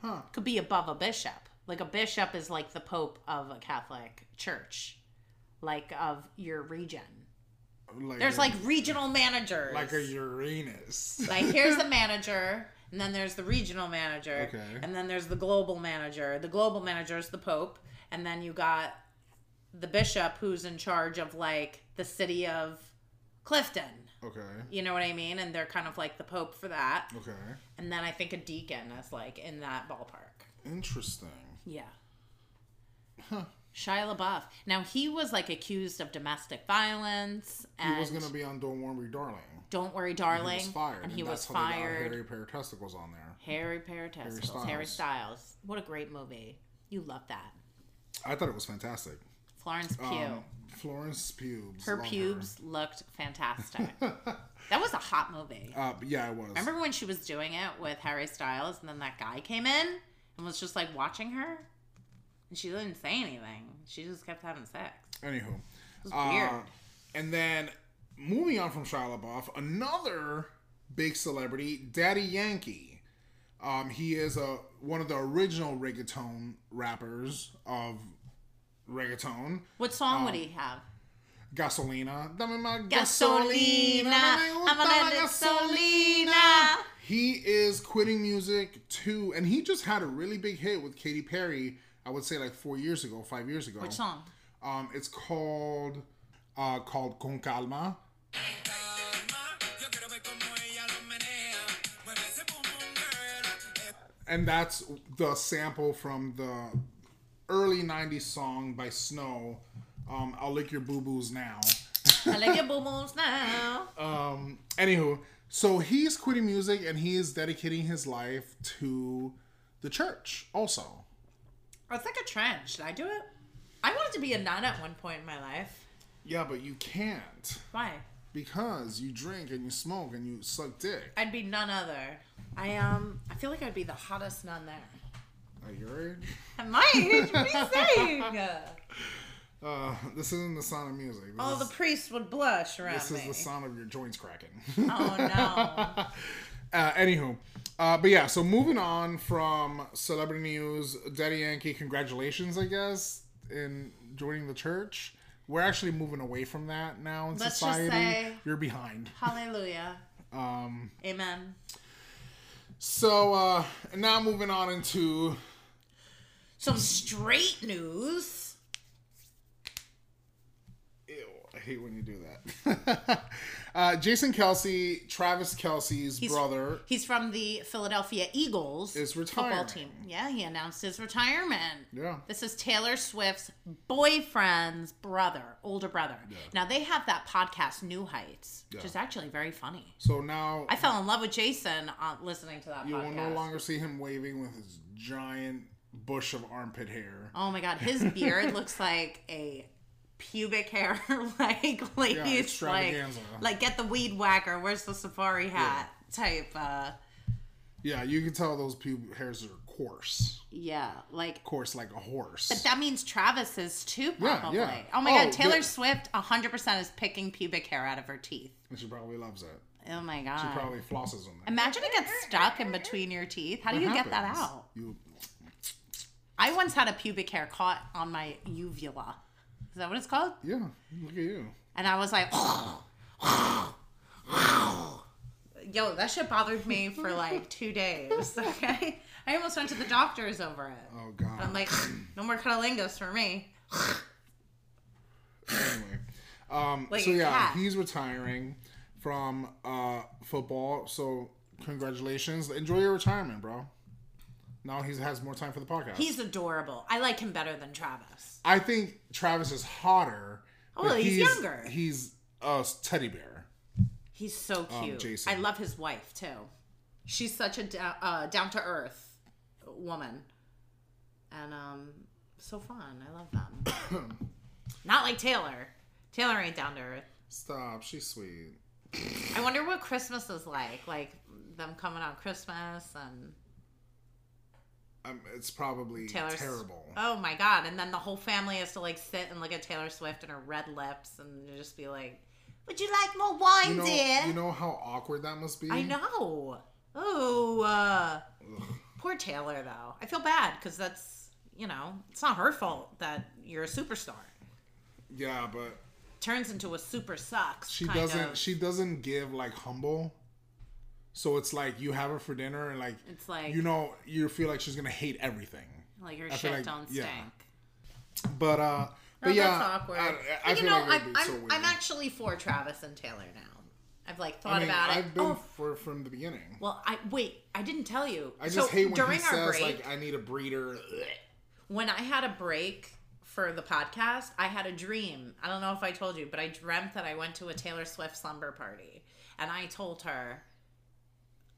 Huh. could be above a bishop. Like a bishop is like the pope of a Catholic church, like of your region. Like There's a- like regional managers. like a Uranus. <laughs> Like, here's the manager, and then there's the regional manager, Okay. and then there's the global manager. The global manager is the pope, and then you got the bishop who's in charge of like the city of Clifton. <laughs> okay. You know what I mean? And they're kind of like the pope for that. Okay. And then I think a deacon is like in that ballpark. Interesting. Yeah. Shia LaBeouf. Now he was like accused of domestic violence and he was gonna be on Don't Worry, Darling. Don't Worry, darling. He was fired, and he was that's how they got fired. Harry pair of testicles on there. Harry, pair of testicles. Styles. Harry Styles. What a great movie. You love that. I thought it was fantastic. Florence Pugh. Um, Florence pubes. her love pubes looked <laughs> fantastic. that was a hot movie. Uh, but yeah, it was. Remember when she was doing it with Harry Styles and then that guy came in and was just like watching her? And she didn't say anything. She just kept having sex. Anywho, It was Uh, weird. and then moving on from Shia LaBeouf, another big celebrity, Daddy Yankee. Um, he is a one of the original reggaeton rappers of reggaeton. What song Um, would he have? Gasolina, dame ma Gasolina, gasolina, I'm a dame gasolina. He is quitting music too, and he just had a really big hit with Katy Perry. I would say like four years ago, five years ago. Which song? Um, it's called uh, called Con Calma. calma. Yo quiero ver cómo ella lo menea. Mueve ese boom boom girl. Eh, and that's the sample from the early 90s song by snow um, i'll lick your boo-boos now I like your boo-boos now. um, anywho so he's quitting music and he is dedicating his life to the church also It's like a trend. Should I do it? I wanted to be a nun at one point in my life. yeah but you can't Why? because you drink and you smoke and you suck dick I'd be none other. I um, I feel like I'd be the hottest nun there. at your age At my age, what <laughs> are you saying? uh, <laughs> this isn't the sound of music this All the is, priests would blush around this me. is the sound of your joints <laughs> cracking Oh <laughs> no. Uh, anywho, uh, but yeah, so moving on from celebrity news, Daddy Yankee, congratulations, I guess, in joining the church. We're actually moving away from that now in Let's just society. say- You're behind. Hallelujah. Um, Amen. so uh, now moving on into Some straight news. ew, I hate when you do that. <laughs> uh, Jason Kelsey, Travis Kelsey's He's- brother, He's from the Philadelphia Eagles is football retiring. team. Yeah, he announced his retirement. Yeah. This is Taylor Swift's boyfriend's brother, older brother. Now they have that podcast New Heights, which Yeah. is actually very funny. So now I fell in love with Jason on listening to that you will podcast. no longer see him waving with his giant bush of armpit hair. oh my god, his beard <laughs> looks like a pubic hair <laughs> like ladies like extravaganza. like get the weed whacker, where's the safari hat type uh Yeah, you can tell those pub hairs are coarse, yeah, like coarse like a horse. That means Travis is too, Yeah, probably. yeah. Oh my Oh, God, Taylor yeah. Swift, 100% is picking pubic hair out of her teeth. and she probably loves that. Oh my She God. probably flosses on that. Imagine it gets stuck in between your teeth. How do you get that happens. out? You I once had a pubic hair caught on my uvula. Is that what it's called? yeah, look at you. And I was like, <sighs> yo, that shit bothered me for like two days. <laughs> Okay. I almost went to the doctors over it. Oh god. I'm like, no more cunnilingus for me. anyway. Um, Like so a yeah, cat. he's retiring from uh, football. So congratulations. Enjoy your retirement, bro. Now he has more time for the podcast. He's adorable. I like him better than Travis. I think Travis is hotter. Oh, but well, he's younger. He's a teddy bear. He's so cute. Um, Jason. I love his wife too. She's such a down, uh, down to earth woman, and um, so fun. I love them. <coughs> Not like Taylor. Taylor ain't down to earth. Stop. She's sweet. I wonder what Christmas is like. Like them coming on Christmas and Um, it's probably Taylor's terrible. Oh my god! And then the whole family has to like sit and look at Taylor Swift and her red lips and just be like, "Would you like more wine, you know, dear?" you know how awkward that must be. I know. Oh, uh, poor Taylor though. I feel bad because that's you know it's not her fault that you're a superstar. Yeah, but Turns into a super sucks. she kind doesn't. Of. She doesn't give like humble. So it's like you have her for dinner, and like It's like you know, you feel like she's gonna hate everything. like her feel shit like- don't yeah. stink. But uh, but No, yeah, that's awkward. I, I, I But, feel you know, like it would I'm, be I'm, so weird. I'm actually for Travis and Taylor now. I've like thought I mean, about I've it. been oh, for from the beginning. well, I wait. I didn't tell you. I just so hate when during he our says break, like, "I need a breeder." when I had a break for the podcast, I had a dream. I don't know if I told you, but I dreamt that I went to a Taylor Swift slumber party and I told her,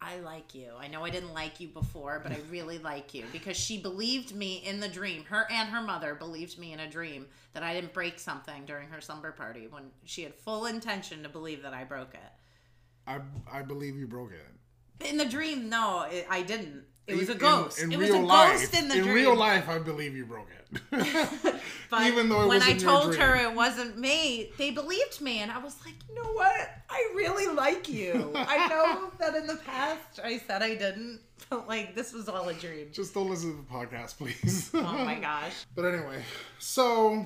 I like you. I know I didn't like you before, but I <laughs> really like you because she believed me in the dream. Her and her mother believed me in a dream that I didn't break something during her slumber party when she had full intention to believe that I broke it. I I believe you broke it. In the dream, no, it, I didn't. It was a In- ghost. In, it was a real life, ghost in the dream. real life, I believe you broke it. <laughs> But <laughs> Even though it when was I in your told dream. her it wasn't me, they believed me, and I was like, you know what? I really like you. <laughs> I know that in the past I said I didn't, but like this was all a <laughs> dream. Just don't listen to the podcast, please. <laughs> Oh my gosh. But anyway, so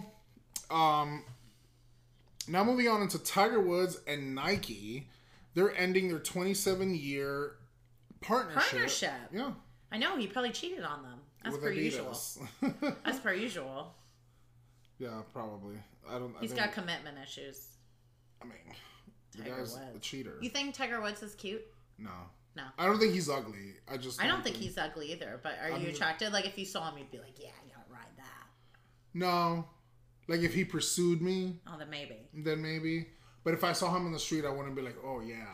um now moving on into Tiger Woods and Nike, they're ending their 27 year partnership. Partnership. Yeah. I know he probably cheated on them. As per usual. <laughs> usual. As per usual. yeah, probably. I don't. He's I got think, commitment issues. I mean, the Tiger guy's Woods. a cheater. You think Tiger Woods is cute? no, No. I don't think he's ugly. I just. I don't think he's ugly either, but are you I'm- attracted? Like if you saw him you'd be like, Yeah, I gotta ride that. No, like if he pursued me, Oh then maybe. then maybe. But if I saw him in the street, I wouldn't be like, oh yeah.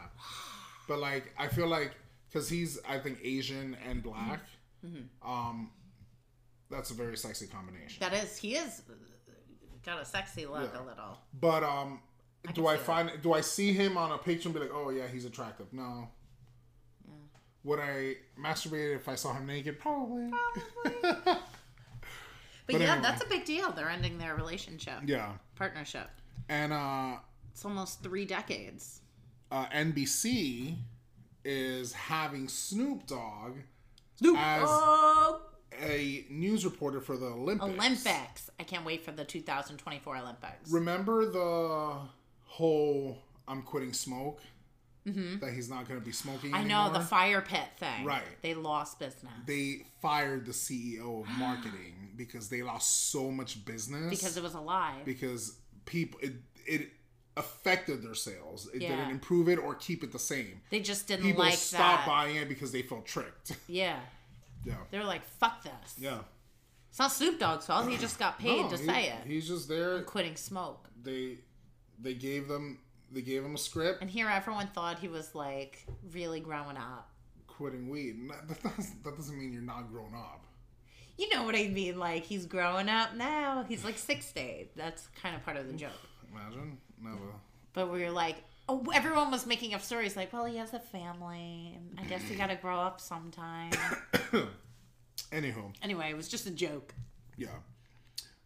But like, I feel like because he's, I think, Asian and black. Um, that's a very sexy combination. That is he is uh, got a sexy look Yeah. a little. But um, can do I see that. find do I see him on a picture and be like, oh yeah, he's attractive? No. Would I masturbate if I saw him naked? Probably. But, But yeah, anyway. that's a big deal. They're ending their relationship, Yeah, partnership. and uh. It's almost three decades. uh, NBC is having Snoop Dogg as Oh, a news reporter for the Olympics. Olympics! I can't wait for the 2024 Olympics. Remember the whole "I'm quitting smoke" that he's not going to be smoking. Mm-hmm. I know the anymore? fire pit thing. Right. They lost business they fired the CEO of <gasps> marketing because they lost so much business because it was a lie. because people it, it affected their sales. It Yeah. didn't improve it or keep it the same. They just didn't People like that. stopped buying it because they felt <laughs> tricked. <laughs> Yeah. yeah. They were like, fuck this. Yeah. It's not Snoop Dogg's fault. He just got paid No, to he- say it. He's just there. Quitting smoke. They they gave them they gave him a script And here everyone thought he was like really growing up. quitting weed. And that, that, doesn't, that doesn't mean you're not grown up. You know what I mean? Like he's growing up now. He's like 60. That's kind of part of the joke. Imagine. Never. But we were like, oh, everyone was making up stories like, well, he has a family. I guess he got to grow up sometime. Anywho. anyway, it was just a joke. Yeah.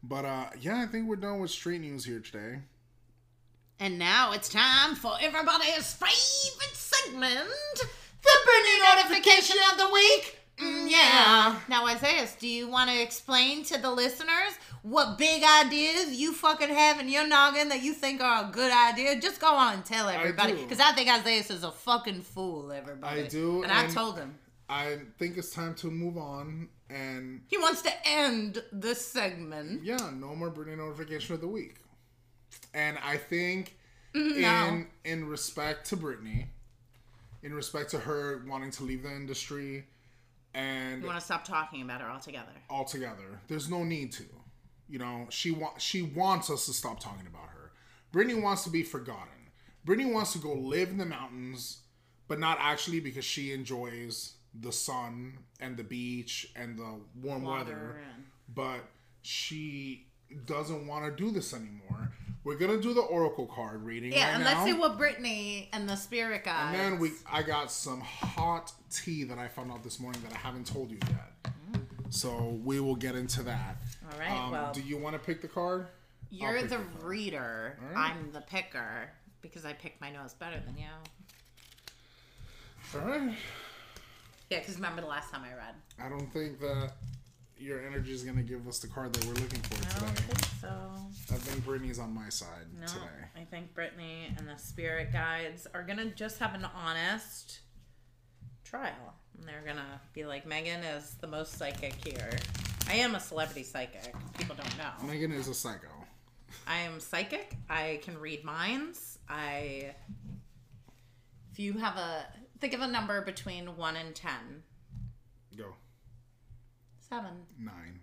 But uh yeah, I think we're done with street news here today. And now it's time for everybody's favorite segment the Bernie notification of the week. Mm, yeah. Now, Isaiah, do you want to explain to the listeners what big ideas you fucking have in your noggin that you think are a good idea? Just go on and tell everybody. do. Because I, think Isaiah is a fucking fool, everybody. I do, And I and- told him. I think it's time to move on and He wants to end this segment. yeah, no more Britney notification of the week. And I think in No. in respect to Britney, in respect to her wanting to leave the industry and You want to stop talking about her altogether. altogether, there's no need to. You know, she wa- she wants us to stop talking about her. Britney wants to be forgotten. Britney wants to go live in the mountains, but not actually because she enjoys the sun and the beach and the warm weather and- but she doesn't want to do this anymore. We're gonna do the oracle card reading Yeah, right and now, let's see what Brittany and the spirit guys. and then we, I got some hot tea that I found out this morning that I haven't told you yet. So we will get into that. Mm. Um, All right, well- do you want to pick the card? I'll You're pick the the card. reader. right. I'm the picker because I pick my nose better than you. All right. Yeah, because remember the last time I read? I don't think that your energy is gonna give us the card that we're looking for Oh, I don't today. think so. I think Brittany's on my side No, today. I think Brittany and the spirit guides are gonna just have an honest trial. And they're gonna be like, Megan is the most psychic here. I am a celebrity psychic. People don't know. Megan is a psycho. I am psychic. I can read minds. I. If you have a. Think of a number between 1 and 10. Go 7. nine.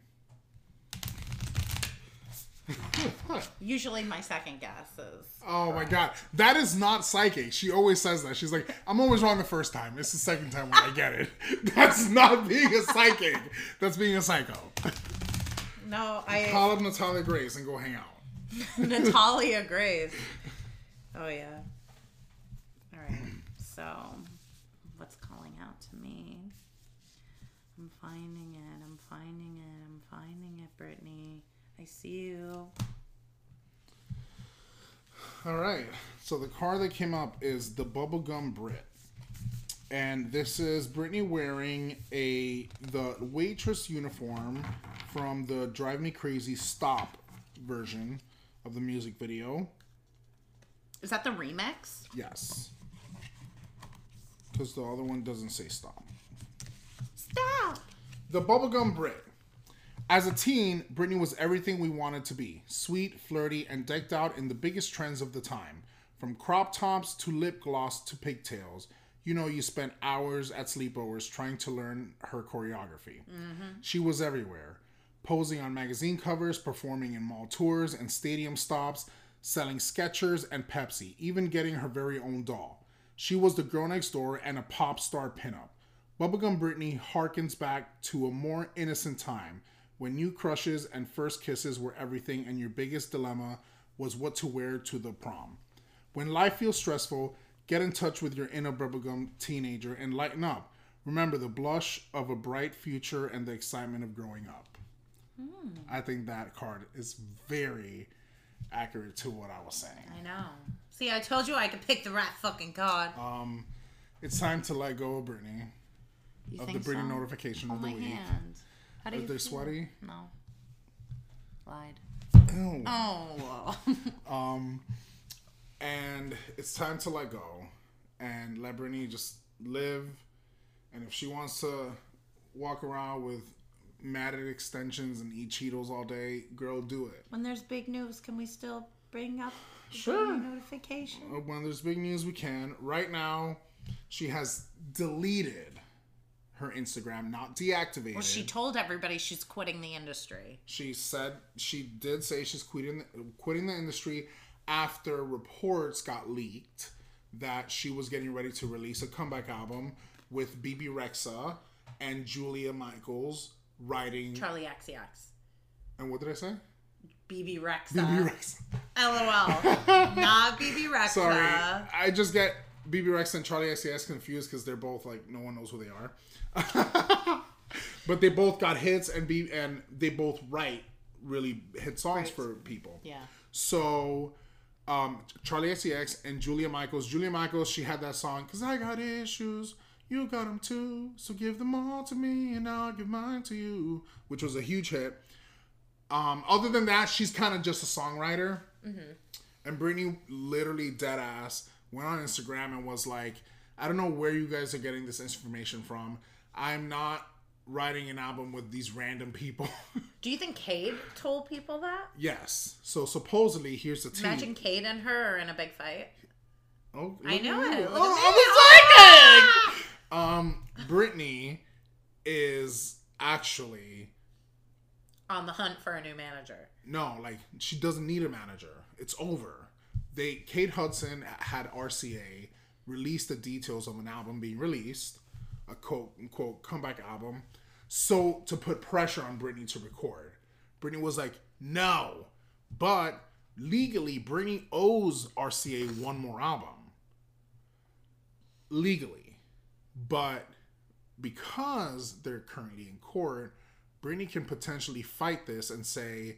Usually my second guess is Oh my god, that is not psychic. She always says that. She's like, I'm always wrong the first time. It's the second time when I get it. <laughs> That's not being a psychic. That's being a psycho. no, I Call up Natalia Grace and go hang <laughs> out. Natalia Grace. Oh yeah. All right. So, what's calling out to me? I'm finding it. I'm finding it. I'm finding it, Brittany. I see you. All right. So the card that came up is the Bubblegum Brit. And this is Brittany wearing a the waitress uniform from the Drive Me Crazy Stop version of the music video. Is that the remix? Yes. Because the other one doesn't say stop. Stop. The Bubblegum Brit. As a teen, Britney was everything we wanted to be sweet, flirty, and decked out in the biggest trends of the time. From crop tops to lip gloss to pigtails. You know, you spent hours at sleepovers trying to learn her choreography. She was everywhere, posing on magazine covers, performing in mall tours and stadium stops, selling Skechers and Pepsi, even getting her very own doll. She was the girl next door and a pop star pinup. Bubblegum Britney harkens back to a more innocent time when new crushes and first kisses were everything and your biggest dilemma was what to wear to the prom. When life feels stressful, get in touch with your inner bubblegum teenager and lighten up. Remember the blush of a bright future and the excitement of growing up. Hmm. I think that card is very accurate to what I was saying. I know. See, I told you I could pick the right fucking card. Uh, It's time to let go of Brittany, you of the Brittany notification On of the my week. hand. How do If you? they're feel? sweaty, No. Lied. ew. Oh. <laughs> and it's time to let go and let Brittany just live. And if she wants to walk around with matted extensions and eat Cheetos all day, girl, do it. when there's big news, can we still bring up the Sure. notification? Uh, When there's big news, we can. Right now, she has deleted her Instagram, not deactivated. Well, she told everybody she's quitting the industry. She said she did say she's quitting quitting the industry after reports got leaked that she was getting ready to release a comeback album with BB Rexa and Julia Michaels writing. Charlie XCX. and what did I say? BB Rexa. BB Rexa. <laughs> LOL. Not BB Rexa. Sorry, I just get BB Rexa and Charlie XCX confused because they're both like no one knows who they are. <laughs> but they both got hits and be and they both write really hit songs for people. Yeah. So, um, Charlie XCX and Julia Michaels. Julia Michaels, she had that song because I got issues. You got them too, so give them all to me, and I'll give mine to you, which was a huge hit. Um, other than that, she's kind of just a songwriter. And Brittany literally dead ass went on Instagram and was like, I don't know where you guys are getting this information from. I'm not writing an album with these random people. <laughs> Do you think Cade told people that? yes. So supposedly, here's the tea. Imagine Cade and her are in a big fight. Oh, I look know at it. you. Look at Oh, I'm psychic. Um, Brittany is actually On the hunt for a new manager. no, like she doesn't need a manager. It's over. They Kate Hudson had RCA release the details of an album being released, a quote unquote comeback album. So to put pressure on Britney to record, Britney was like, "No," but legally, Britney owes RCA one more album. Legally, but because they're currently in court, Britney can potentially fight this and say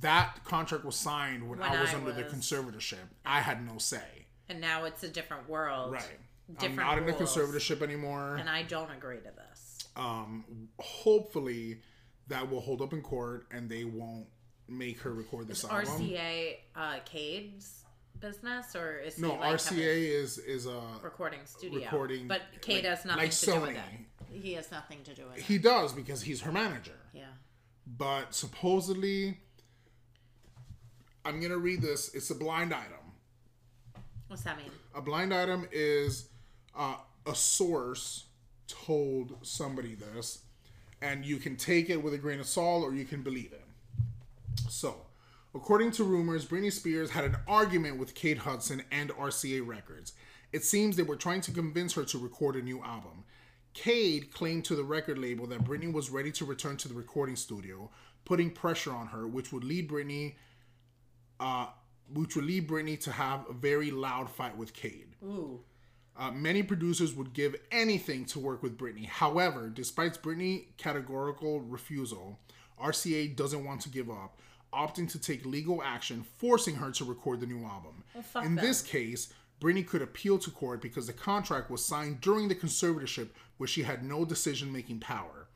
that contract was signed when, When I was I under the was- conservatorship. I had no say. And now it's a different world. Right. I'm Different not in the rules. conservatorship anymore. And I don't agree to this. Um, hopefully, that will hold up in court and they won't make her record this Is album. RCA uh, Cade's business or is he no, like having RCA is is uh, a a recording studio? recording, But Cade like- has nothing like to do with Sony. it. He has nothing to do with <laughs> it. he does because he's her manager. Yeah. but supposedly I'm gonna read this. It's a blind item. What's that mean? A blind item is uh, a source told somebody this, and you can take it with a grain of salt or you can believe it. So, according to rumors, Britney Spears had an argument with Kate Hudson and RCA Records. It seems they were trying to convince her to record a new album. Cade claimed to the record label that Britney was ready to return to the recording studio, putting pressure on her, which would lead Britney, uh, which would lead Britney to have a very loud fight with Cade. Ooh. Uh, many producers would give anything to work with Britney. However, despite Britney's categorical refusal, RCA doesn't want to give up, opting to take legal action, forcing her to record the new album. fuck In them. this case, Britney could appeal to court because the contract was signed during the conservatorship, where she had no decision making power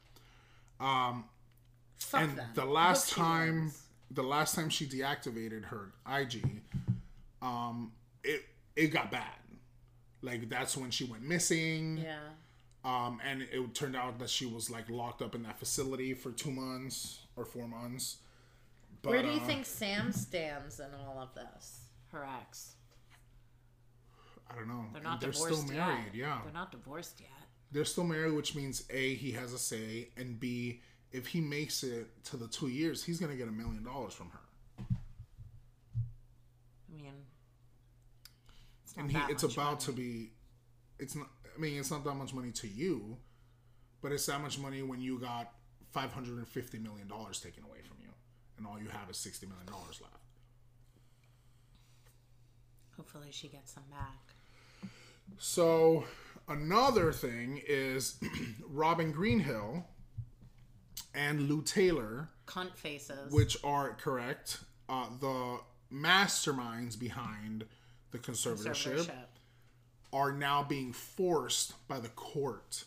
Fuck and them. the last time the last time she deactivated her IG, um, it it got bad. Like that's when she went missing. Yeah. Um, and it turned out that she was like locked up in that facility for two months or four months. But, Where do you uh, think Sam stands in all of this? Her ex. I don't know. They're not They're divorced still married. yet. Yeah, They're not divorced yet. they're still married, which means a he has a say, and b if he makes it to the two years, he's gonna get a million dollars from her. I mean, it's not and he, that it's much money. about to be it's not i mean it's not that much money to you but it's that much money when you got 550 million dollars taken away from you and all you have is 60 million dollars left Hopefully, she gets them back. so another thing is <clears throat> robin greenhill and lou taylor Cunt faces. which are correct uh, the masterminds behind the conservatorship, conservatorship. are now being forced by the court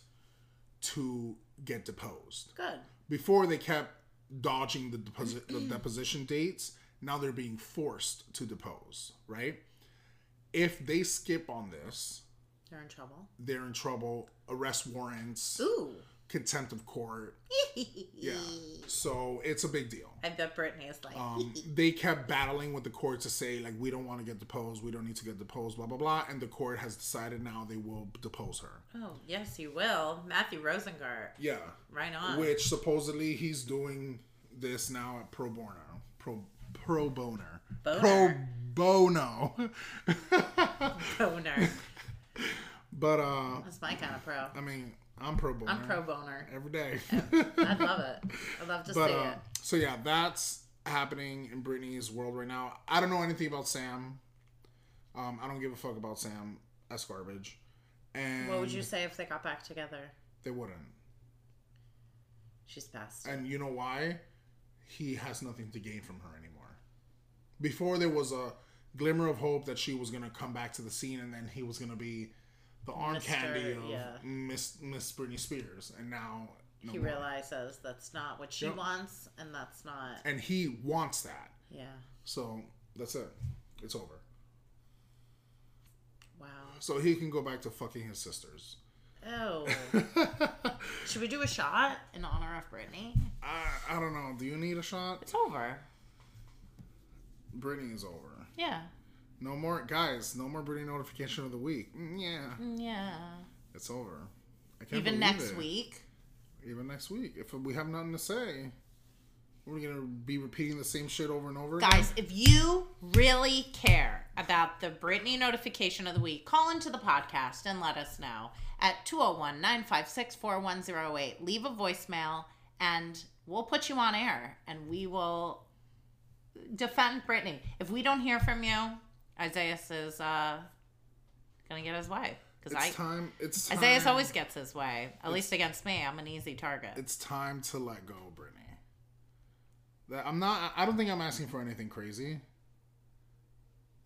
to get deposed. Good. Before they kept dodging the, deposi- the deposition dates, now they're being forced to depose, right? If they skip on this, They're in trouble. they're in trouble, arrest warrants, Ooh. contempt of court. Yeah. So it's a big deal. <laughs> I bet Brittany is like, <laughs> Um, they kept battling with the court to say, like, we don't want to get deposed. We don't need to get deposed, blah, blah, blah. And the court has decided now they will depose her. oh, yes, you will. Matthew Rosengart. Yeah. Right on. Which supposedly he's doing this now at pro bono. Pro, pro boner. Boner. Pro bono. <laughs> <laughs> Boner. but, uh, That's my kind of pro. I mean, I'm pro boner. I'm pro <laughs> boner. Every day. I love it. I love to But see uh, it. so yeah, that's happening in Britney's world right now. I don't know anything about Sam. Um, I don't give a fuck about Sam. That's garbage. And What would you say if they got back together? They wouldn't. She's best. And you know why? He has nothing to gain from her anymore. Before there was a glimmer of hope that she was gonna come back to the scene, and then he was gonna be the arm Mr., candy of yeah. Miss Miss Britney Spears, and now no he more. realizes that's not what she Yep. wants, and that's not. and he wants that. Yeah. So that's it. It's over. Wow. So he can go back to fucking his sisters. Oh. <laughs> I, Should we do a shot in honor of Brittany? I don't know. Do you need a shot? It's over. Brittany is over. Yeah. No more, guys. No more Brittany notification of the week. Mm, yeah, Yeah. it's over. I can't Even believe next it. week. Even next week. If we have nothing to say, we're gonna be repeating the same shit over and over. again? Guys, if you really care about the Britney notification of the week, call into the podcast and let us know at 201 956 4108. Leave a voicemail and we'll put you on air and we will defend Britney. If we don't hear from you, Isaiah is uh, going to get his way. Because it's I. time. It's time, Isaiah always gets his way, at least against me. I'm an easy target. It's time to let go, Brittany. That I'm not. I don't think I'm asking for anything crazy.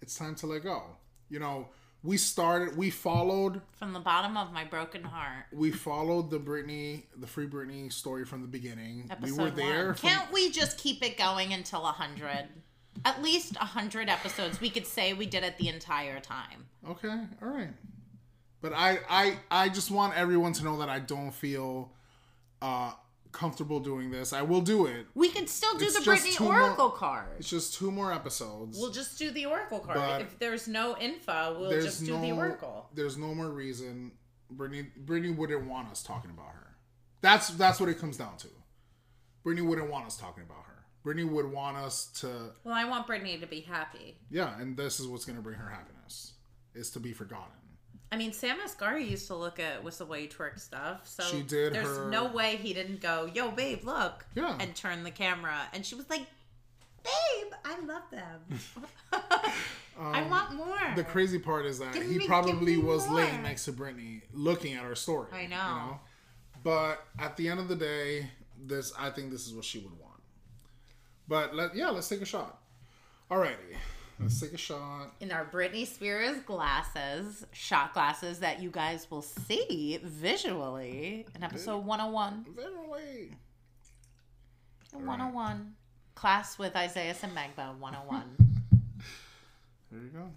It's time to let go. You know, we started. We followed From the bottom of my broken heart. we followed the Britney, the free Britney story from the beginning. Episode we were there. One. from- Can't we just keep it going until 100? At least 100 episodes. We could say we did it the entire time. okay, all right. But I, I, I just want everyone to know that I don't feel uh, comfortable doing this. I will do it. We could still do It's the just Britney two Oracle more- card. It's just two more episodes. We'll just do the Oracle card. But if there's no info, we'll there's just do no, the Oracle. There's no more reason. Brittany, Brittany wouldn't want us talking about her. That's that's what it comes down to. Brittany wouldn't want us talking about her. Brittany would want us to Well, I want Britney to be happy. Yeah, and this is what's going to bring her happiness is to be forgotten. I mean, Sam Asghari used to look at Whistle Way Twerk stuff, so She did there's her- no way he didn't go, yo, babe, look, Yeah. and turn the camera. And she was like, babe, I love <laughs> them. <laughs> I want more. The crazy part is that Give he me- probably give me was more. laying next to Brittany looking at her story. I know. But at the end of the day, this I think this is what she would want. But let yeah, let's take a shot. Alrighty. Let's take a shot. in our Britney Spears glasses, shot glasses that you guys will see visually in episode 101. Verily. 101. Class with Isaiah and oh Magba <laughs> 101. There you go.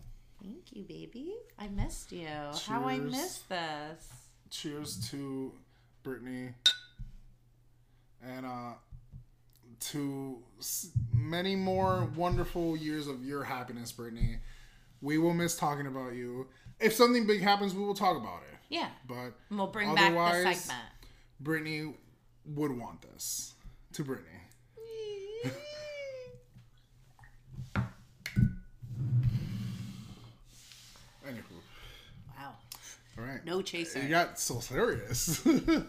Thank you, baby. I missed you. How I Cheers. missed this. Cheers to Brittany and uh to s- many more wonderful years of your happiness, Brittany. We will miss talking about you. If something big happens, we will talk about it. Yeah. But And we'll bring back the Otherwise- <laughs> segment. Brittany would want this to Brittany. Anywho, wow. all right. No chaser. You got so serious. <laughs> there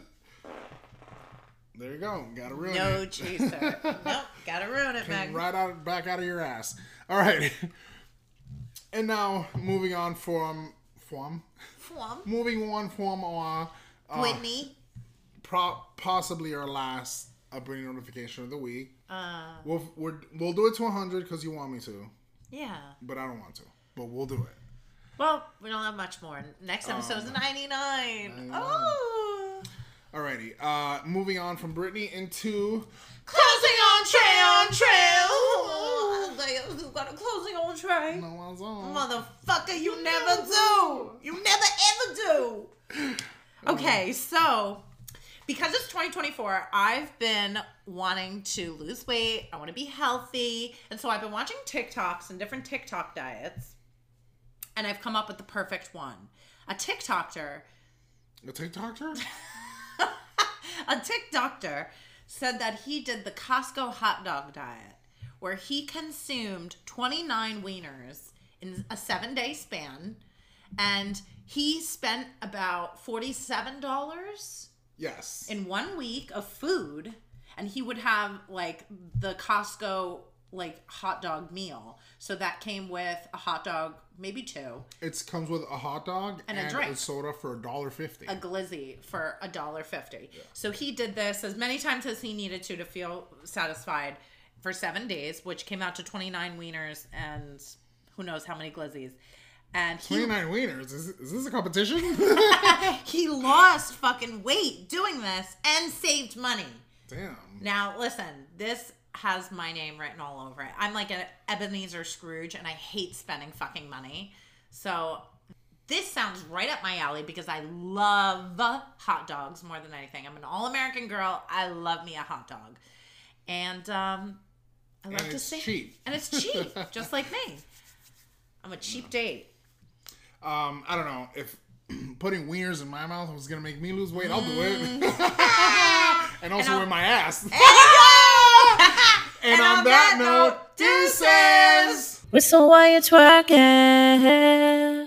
you go. Got to ruin no it. chaser. nope. Gotta ruin it, Magba. right out back out of your ass. All right. <laughs> And now moving on from from Fwomp. moving on from our uh, Whitney. pro- possibly our last upbringing notification of the week. Uh, We'll we're, we'll do it to 100 because you want me to, yeah. but I don't want to. But we'll do it. Well, we don't have much more. uh, Next episode's 99. Oh. Alrighty. Uh, moving on from Brittany into Closing on tray on tray. Ooh, Who got a closing on tray? no one's on. Motherfucker, you never do. You never ever do. Okay, so because it's 2024, I've been wanting to lose weight. I want to be healthy. And so I've been watching TikToks and different TikTok diets. And I've come up with the perfect one. A TikToker, <laughs> A TikToker? a TikToker said that he did the Costco hot dog diet where he consumed 29 wieners in a 7-day span and he spent about $47 Yes. in one week of food and he would have like the Costco like hot dog meal. So that came with a hot dog, maybe two, It comes with a hot dog And and a a, drink. soda for a dollar fifty. a glizzy for a dollar fifty. So he did this as many times as he needed to to feel satisfied for seven days, which came out to twenty nine wieners and who knows how many glizzies. And Twenty he nine wieners. Is, is this a competition? <laughs> he lost fucking weight doing this and saved money. Damn. Now, listen, this has my name written all over it. I'm like an Ebenezer Scrooge and I hate spending fucking money. So, this sounds right up my alley because I love hot dogs more than anything. I'm an all American girl. I love me a hot dog. And um, I love And to it's see. cheap. And it's cheap, <laughs> just like me. I'm a cheap date. Um, I don't know if <clears throat> putting wieners in my mouth was gonna make me lose weight. I'll do it. Mm. <laughs> and also I'll- in my ass. There you <laughs> go! And, on, that, note, deuces! deuces. Whistle while you're twerking.